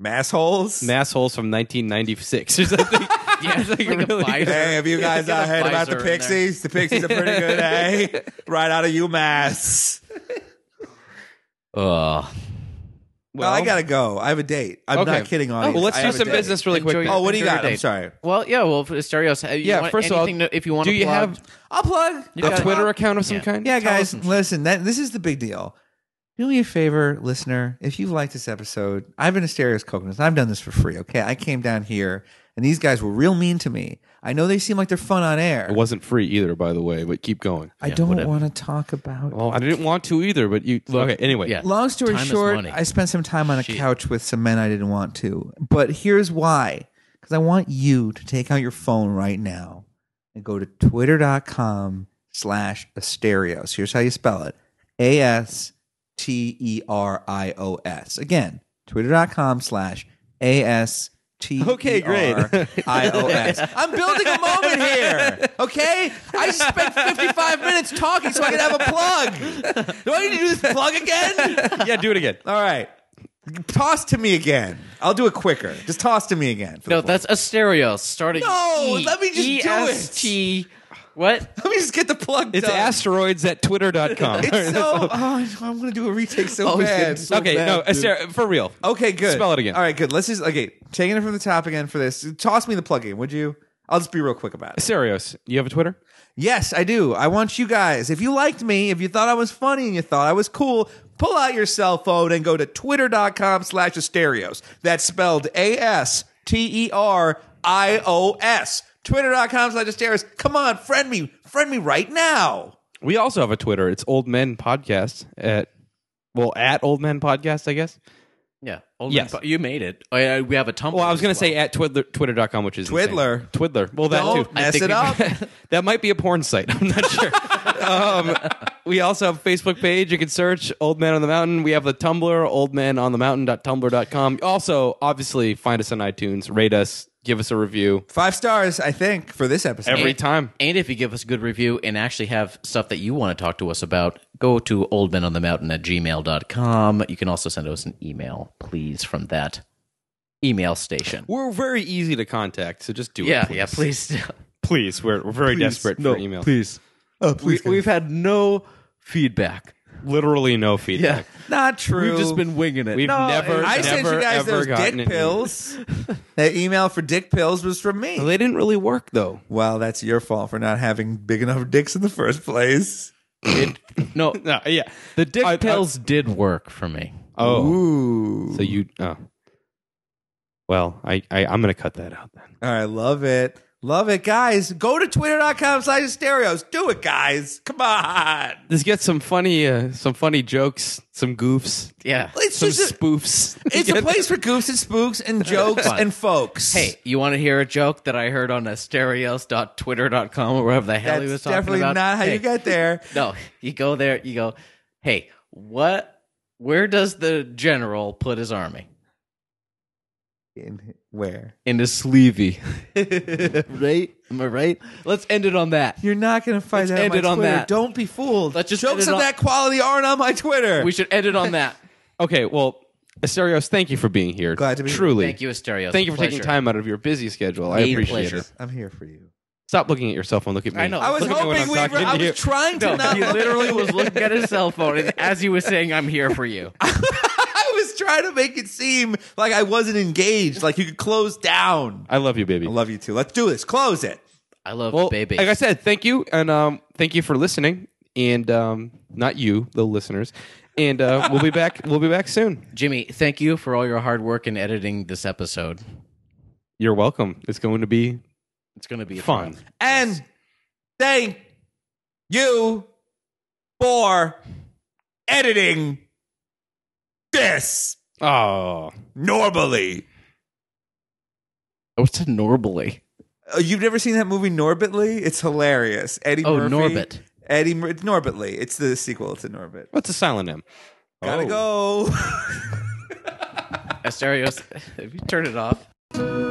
Speaker 3: Massholes.
Speaker 1: assholes from 1996 or something.
Speaker 2: Yeah, like, a
Speaker 1: really-
Speaker 2: visor.
Speaker 3: Hey, have you guys
Speaker 2: Get
Speaker 3: all
Speaker 2: a
Speaker 3: heard about the
Speaker 2: visor in there.
Speaker 3: Pixies? The Pixies are pretty good, eh? Right out of UMass.
Speaker 2: Ugh.
Speaker 3: Well, I gotta go. I have a date. I'm
Speaker 1: Okay.
Speaker 3: not kidding,
Speaker 1: Oh,
Speaker 3: audience.
Speaker 1: well, let's
Speaker 3: I
Speaker 1: do
Speaker 3: have a
Speaker 1: some
Speaker 3: date.
Speaker 1: business really quick.
Speaker 2: Enjoy
Speaker 1: then.
Speaker 2: your-
Speaker 3: Oh, what do you
Speaker 2: Enjoy
Speaker 3: got?
Speaker 2: your
Speaker 3: I'm
Speaker 2: date.
Speaker 3: sorry.
Speaker 2: Well, yeah, well, for Asterios, uh, you
Speaker 1: Yeah,
Speaker 2: want
Speaker 1: first of all,
Speaker 2: anything to- if you want
Speaker 1: do
Speaker 2: to
Speaker 1: you
Speaker 2: plug,
Speaker 1: have
Speaker 3: I'll plug.
Speaker 2: You
Speaker 1: a
Speaker 2: got-
Speaker 1: Twitter account of some
Speaker 2: Yeah.
Speaker 1: kind?
Speaker 3: Yeah,
Speaker 2: Tell us
Speaker 3: guys,
Speaker 2: some-
Speaker 3: listen. That this is the big deal. Do me a favor, listener. If you've liked this episode, I've been Asterios Coconuts. I've done this for free. Okay, I came down here and these guys were real mean to me. I know they seem like they're fun on air.
Speaker 1: It wasn't free either, by the way. But keep going.
Speaker 3: I
Speaker 2: Yeah,
Speaker 3: don't
Speaker 2: whatever.
Speaker 3: want to talk about.
Speaker 1: Well, I didn't want to either, but you. okay, anyway.
Speaker 2: yeah.
Speaker 3: Long story
Speaker 2: Time is
Speaker 3: short,
Speaker 2: money.
Speaker 3: I spent some time on a couch with some men I didn't want to. But here's why. Because I want you to take out your phone right now and go to twitter.com slash asterios. Here's how you spell it. A S T E R I O S. Again, twitter.com slash A S T E
Speaker 1: Okay, great.
Speaker 3: R I O S. I'm building a moment here. Okay? I just spent 55 minutes talking so I can have a plug. Do I need to do this plug again?
Speaker 1: yeah, do it again.
Speaker 3: All right. Toss to me again. I'll do it quicker. Just toss to me again. for
Speaker 2: No,
Speaker 3: the plug.
Speaker 2: that's Asterios. Starting.
Speaker 3: No,
Speaker 2: E-
Speaker 3: let me just do it.
Speaker 2: E-S-T- What?
Speaker 3: Let me just get the plug
Speaker 1: It's
Speaker 3: done.
Speaker 1: asteroids at twitter.com.
Speaker 3: It's so. Oh, I'm going to do a retake so
Speaker 1: Always
Speaker 3: bad.
Speaker 1: getting okay, no,
Speaker 3: dude.
Speaker 1: astero- for real.
Speaker 3: Okay, good.
Speaker 1: Spell it again.
Speaker 3: All right, good. Let's just. Okay, taking it from the top again for this. Toss me the plug again, would you? I'll just be real quick about it.
Speaker 1: Asterios, you have a Twitter?
Speaker 3: Yes, I do. I want you guys, if you liked me, if you thought I was funny and you thought I was cool, pull out your cell phone and go to twitter.com slash asterios. That's spelled A S T E R I O S. Twitter.com slash asterios. Come on, friend me. Friend me right now.
Speaker 1: We also have a Twitter. It's Old Men Podcast at well at Old Men Podcast, I guess.
Speaker 2: Yeah. Old
Speaker 1: Yes.
Speaker 2: Man Po- you made it. Oh, yeah, we have a Tumblr.
Speaker 1: Well, I was
Speaker 2: as
Speaker 1: going to say at Twiddler, Twitter.com, which is the same.
Speaker 3: Twiddler.
Speaker 1: Twiddler. Well, that
Speaker 3: Don't
Speaker 1: too.
Speaker 3: mess
Speaker 2: think
Speaker 3: it
Speaker 2: we-
Speaker 3: up.
Speaker 1: that might be a porn site. I'm not sure. um, we also have a Facebook page. You can search Old Man on the Mountain. We have the Tumblr, oldmanonthemountain.tumblr.com. Also, obviously, find us on iTunes, rate us, give us a review
Speaker 3: Five stars, I think, for this episode.
Speaker 1: every
Speaker 2: And-
Speaker 1: time.
Speaker 2: And if you give us a good review and actually have stuff that you want to talk to us about, go to oldmenonthemountain at gmail.com. You can also send us an email, please, from that email station.
Speaker 1: We're very easy to contact, so just do
Speaker 2: Yeah,
Speaker 1: it. Please.
Speaker 2: yeah, please.
Speaker 1: Please, we're, we're very desperate
Speaker 4: no,
Speaker 1: for email.
Speaker 4: Please.
Speaker 1: Oh,
Speaker 2: we, we've had no feedback.
Speaker 1: Literally no feedback.
Speaker 3: Not true.
Speaker 2: We've just been winging it.
Speaker 1: We've never,
Speaker 3: I
Speaker 1: never,
Speaker 3: sent you guys
Speaker 1: ever
Speaker 3: those
Speaker 1: gotten
Speaker 3: dick
Speaker 1: an email.
Speaker 3: pills. that email for dick pills was from me.
Speaker 1: They didn't really work though.
Speaker 3: Well, that's your fault for not having big enough dicks in the first place.
Speaker 2: no,
Speaker 1: No, yeah.
Speaker 2: the dick
Speaker 1: I- I-
Speaker 2: pills did work for me.
Speaker 1: Oh,
Speaker 3: Ooh.
Speaker 1: so you? Oh. Well, I, I I'm gonna cut that out then.
Speaker 3: All right, love it. Love it, guys. Go to twitter.com slash stereos. Do it, guys. Come on.
Speaker 1: Let's get some funny uh, some funny jokes, some goofs,
Speaker 2: Yeah.
Speaker 3: It's
Speaker 1: some
Speaker 3: just a,
Speaker 1: spoofs.
Speaker 3: it's a place for goofs and spooks and jokes
Speaker 2: Fun.
Speaker 3: and folks.
Speaker 2: Hey, you want to hear a joke that I heard on asterios.twitter.com or wherever the hell
Speaker 3: that's
Speaker 2: he was talking
Speaker 3: definitely
Speaker 2: about?
Speaker 3: not how
Speaker 2: Hey,
Speaker 3: you get there.
Speaker 2: No, you go there, you go, hey, what, where does the general put his army?
Speaker 3: In- Where?
Speaker 2: In his sleevey. right? Am I right? Let's end it on that.
Speaker 3: You're not going to find
Speaker 2: Let's
Speaker 3: that
Speaker 2: end
Speaker 3: on my
Speaker 2: it on
Speaker 3: Twitter.
Speaker 2: that.
Speaker 3: Don't be fooled.
Speaker 2: Let's just
Speaker 3: jokes
Speaker 2: end it
Speaker 3: of
Speaker 2: on-
Speaker 3: that quality aren't on my Twitter.
Speaker 2: We should end it on that.
Speaker 1: Okay, well, Asterios, thank you for being here.
Speaker 3: Glad to be here.
Speaker 1: Truly,
Speaker 2: Thank you, Asterios.
Speaker 1: Thank you
Speaker 2: A
Speaker 1: for taking
Speaker 2: pleasure.
Speaker 1: time out of your busy schedule. I
Speaker 2: A
Speaker 1: appreciate
Speaker 2: pleasure.
Speaker 1: it.
Speaker 3: I'm here for you.
Speaker 1: Stop looking at your cell phone. Look at me.
Speaker 2: I know.
Speaker 3: I was
Speaker 1: Look at me when
Speaker 3: hoping
Speaker 1: I'm
Speaker 3: we.
Speaker 1: talking
Speaker 3: I
Speaker 1: to you.
Speaker 3: was trying to
Speaker 2: No,
Speaker 3: not.
Speaker 2: he
Speaker 3: look-
Speaker 2: literally was looking at his cell phone and as he was saying, I'm here for you.
Speaker 3: I was trying to make it seem like I wasn't engaged. Like you could close down.
Speaker 1: I love you, baby.
Speaker 3: I love you too. Let's do this. Close it.
Speaker 2: I love
Speaker 1: well,
Speaker 2: baby.
Speaker 1: Like I said, thank you, and um, thank you for listening. And um, not you, the listeners. And uh, we'll be back. We'll be back soon.
Speaker 2: Jimmy, thank you for all your hard work in editing this episode.
Speaker 1: You're welcome. It's going to be
Speaker 2: It's going to be
Speaker 1: fun.
Speaker 3: And thank you for editing this
Speaker 1: Oh,
Speaker 3: normally.
Speaker 2: Oh, it's normally.
Speaker 3: Uh, You've never seen that movie Norbitly? It's hilarious. Eddie
Speaker 2: Oh,
Speaker 3: Murphy.
Speaker 2: Norbit.
Speaker 3: Eddie Mur- it's Norbitly. It's the sequel to Norbit.
Speaker 1: what's a silent M?
Speaker 3: Gotta go.
Speaker 2: Asterios, have you turned it off?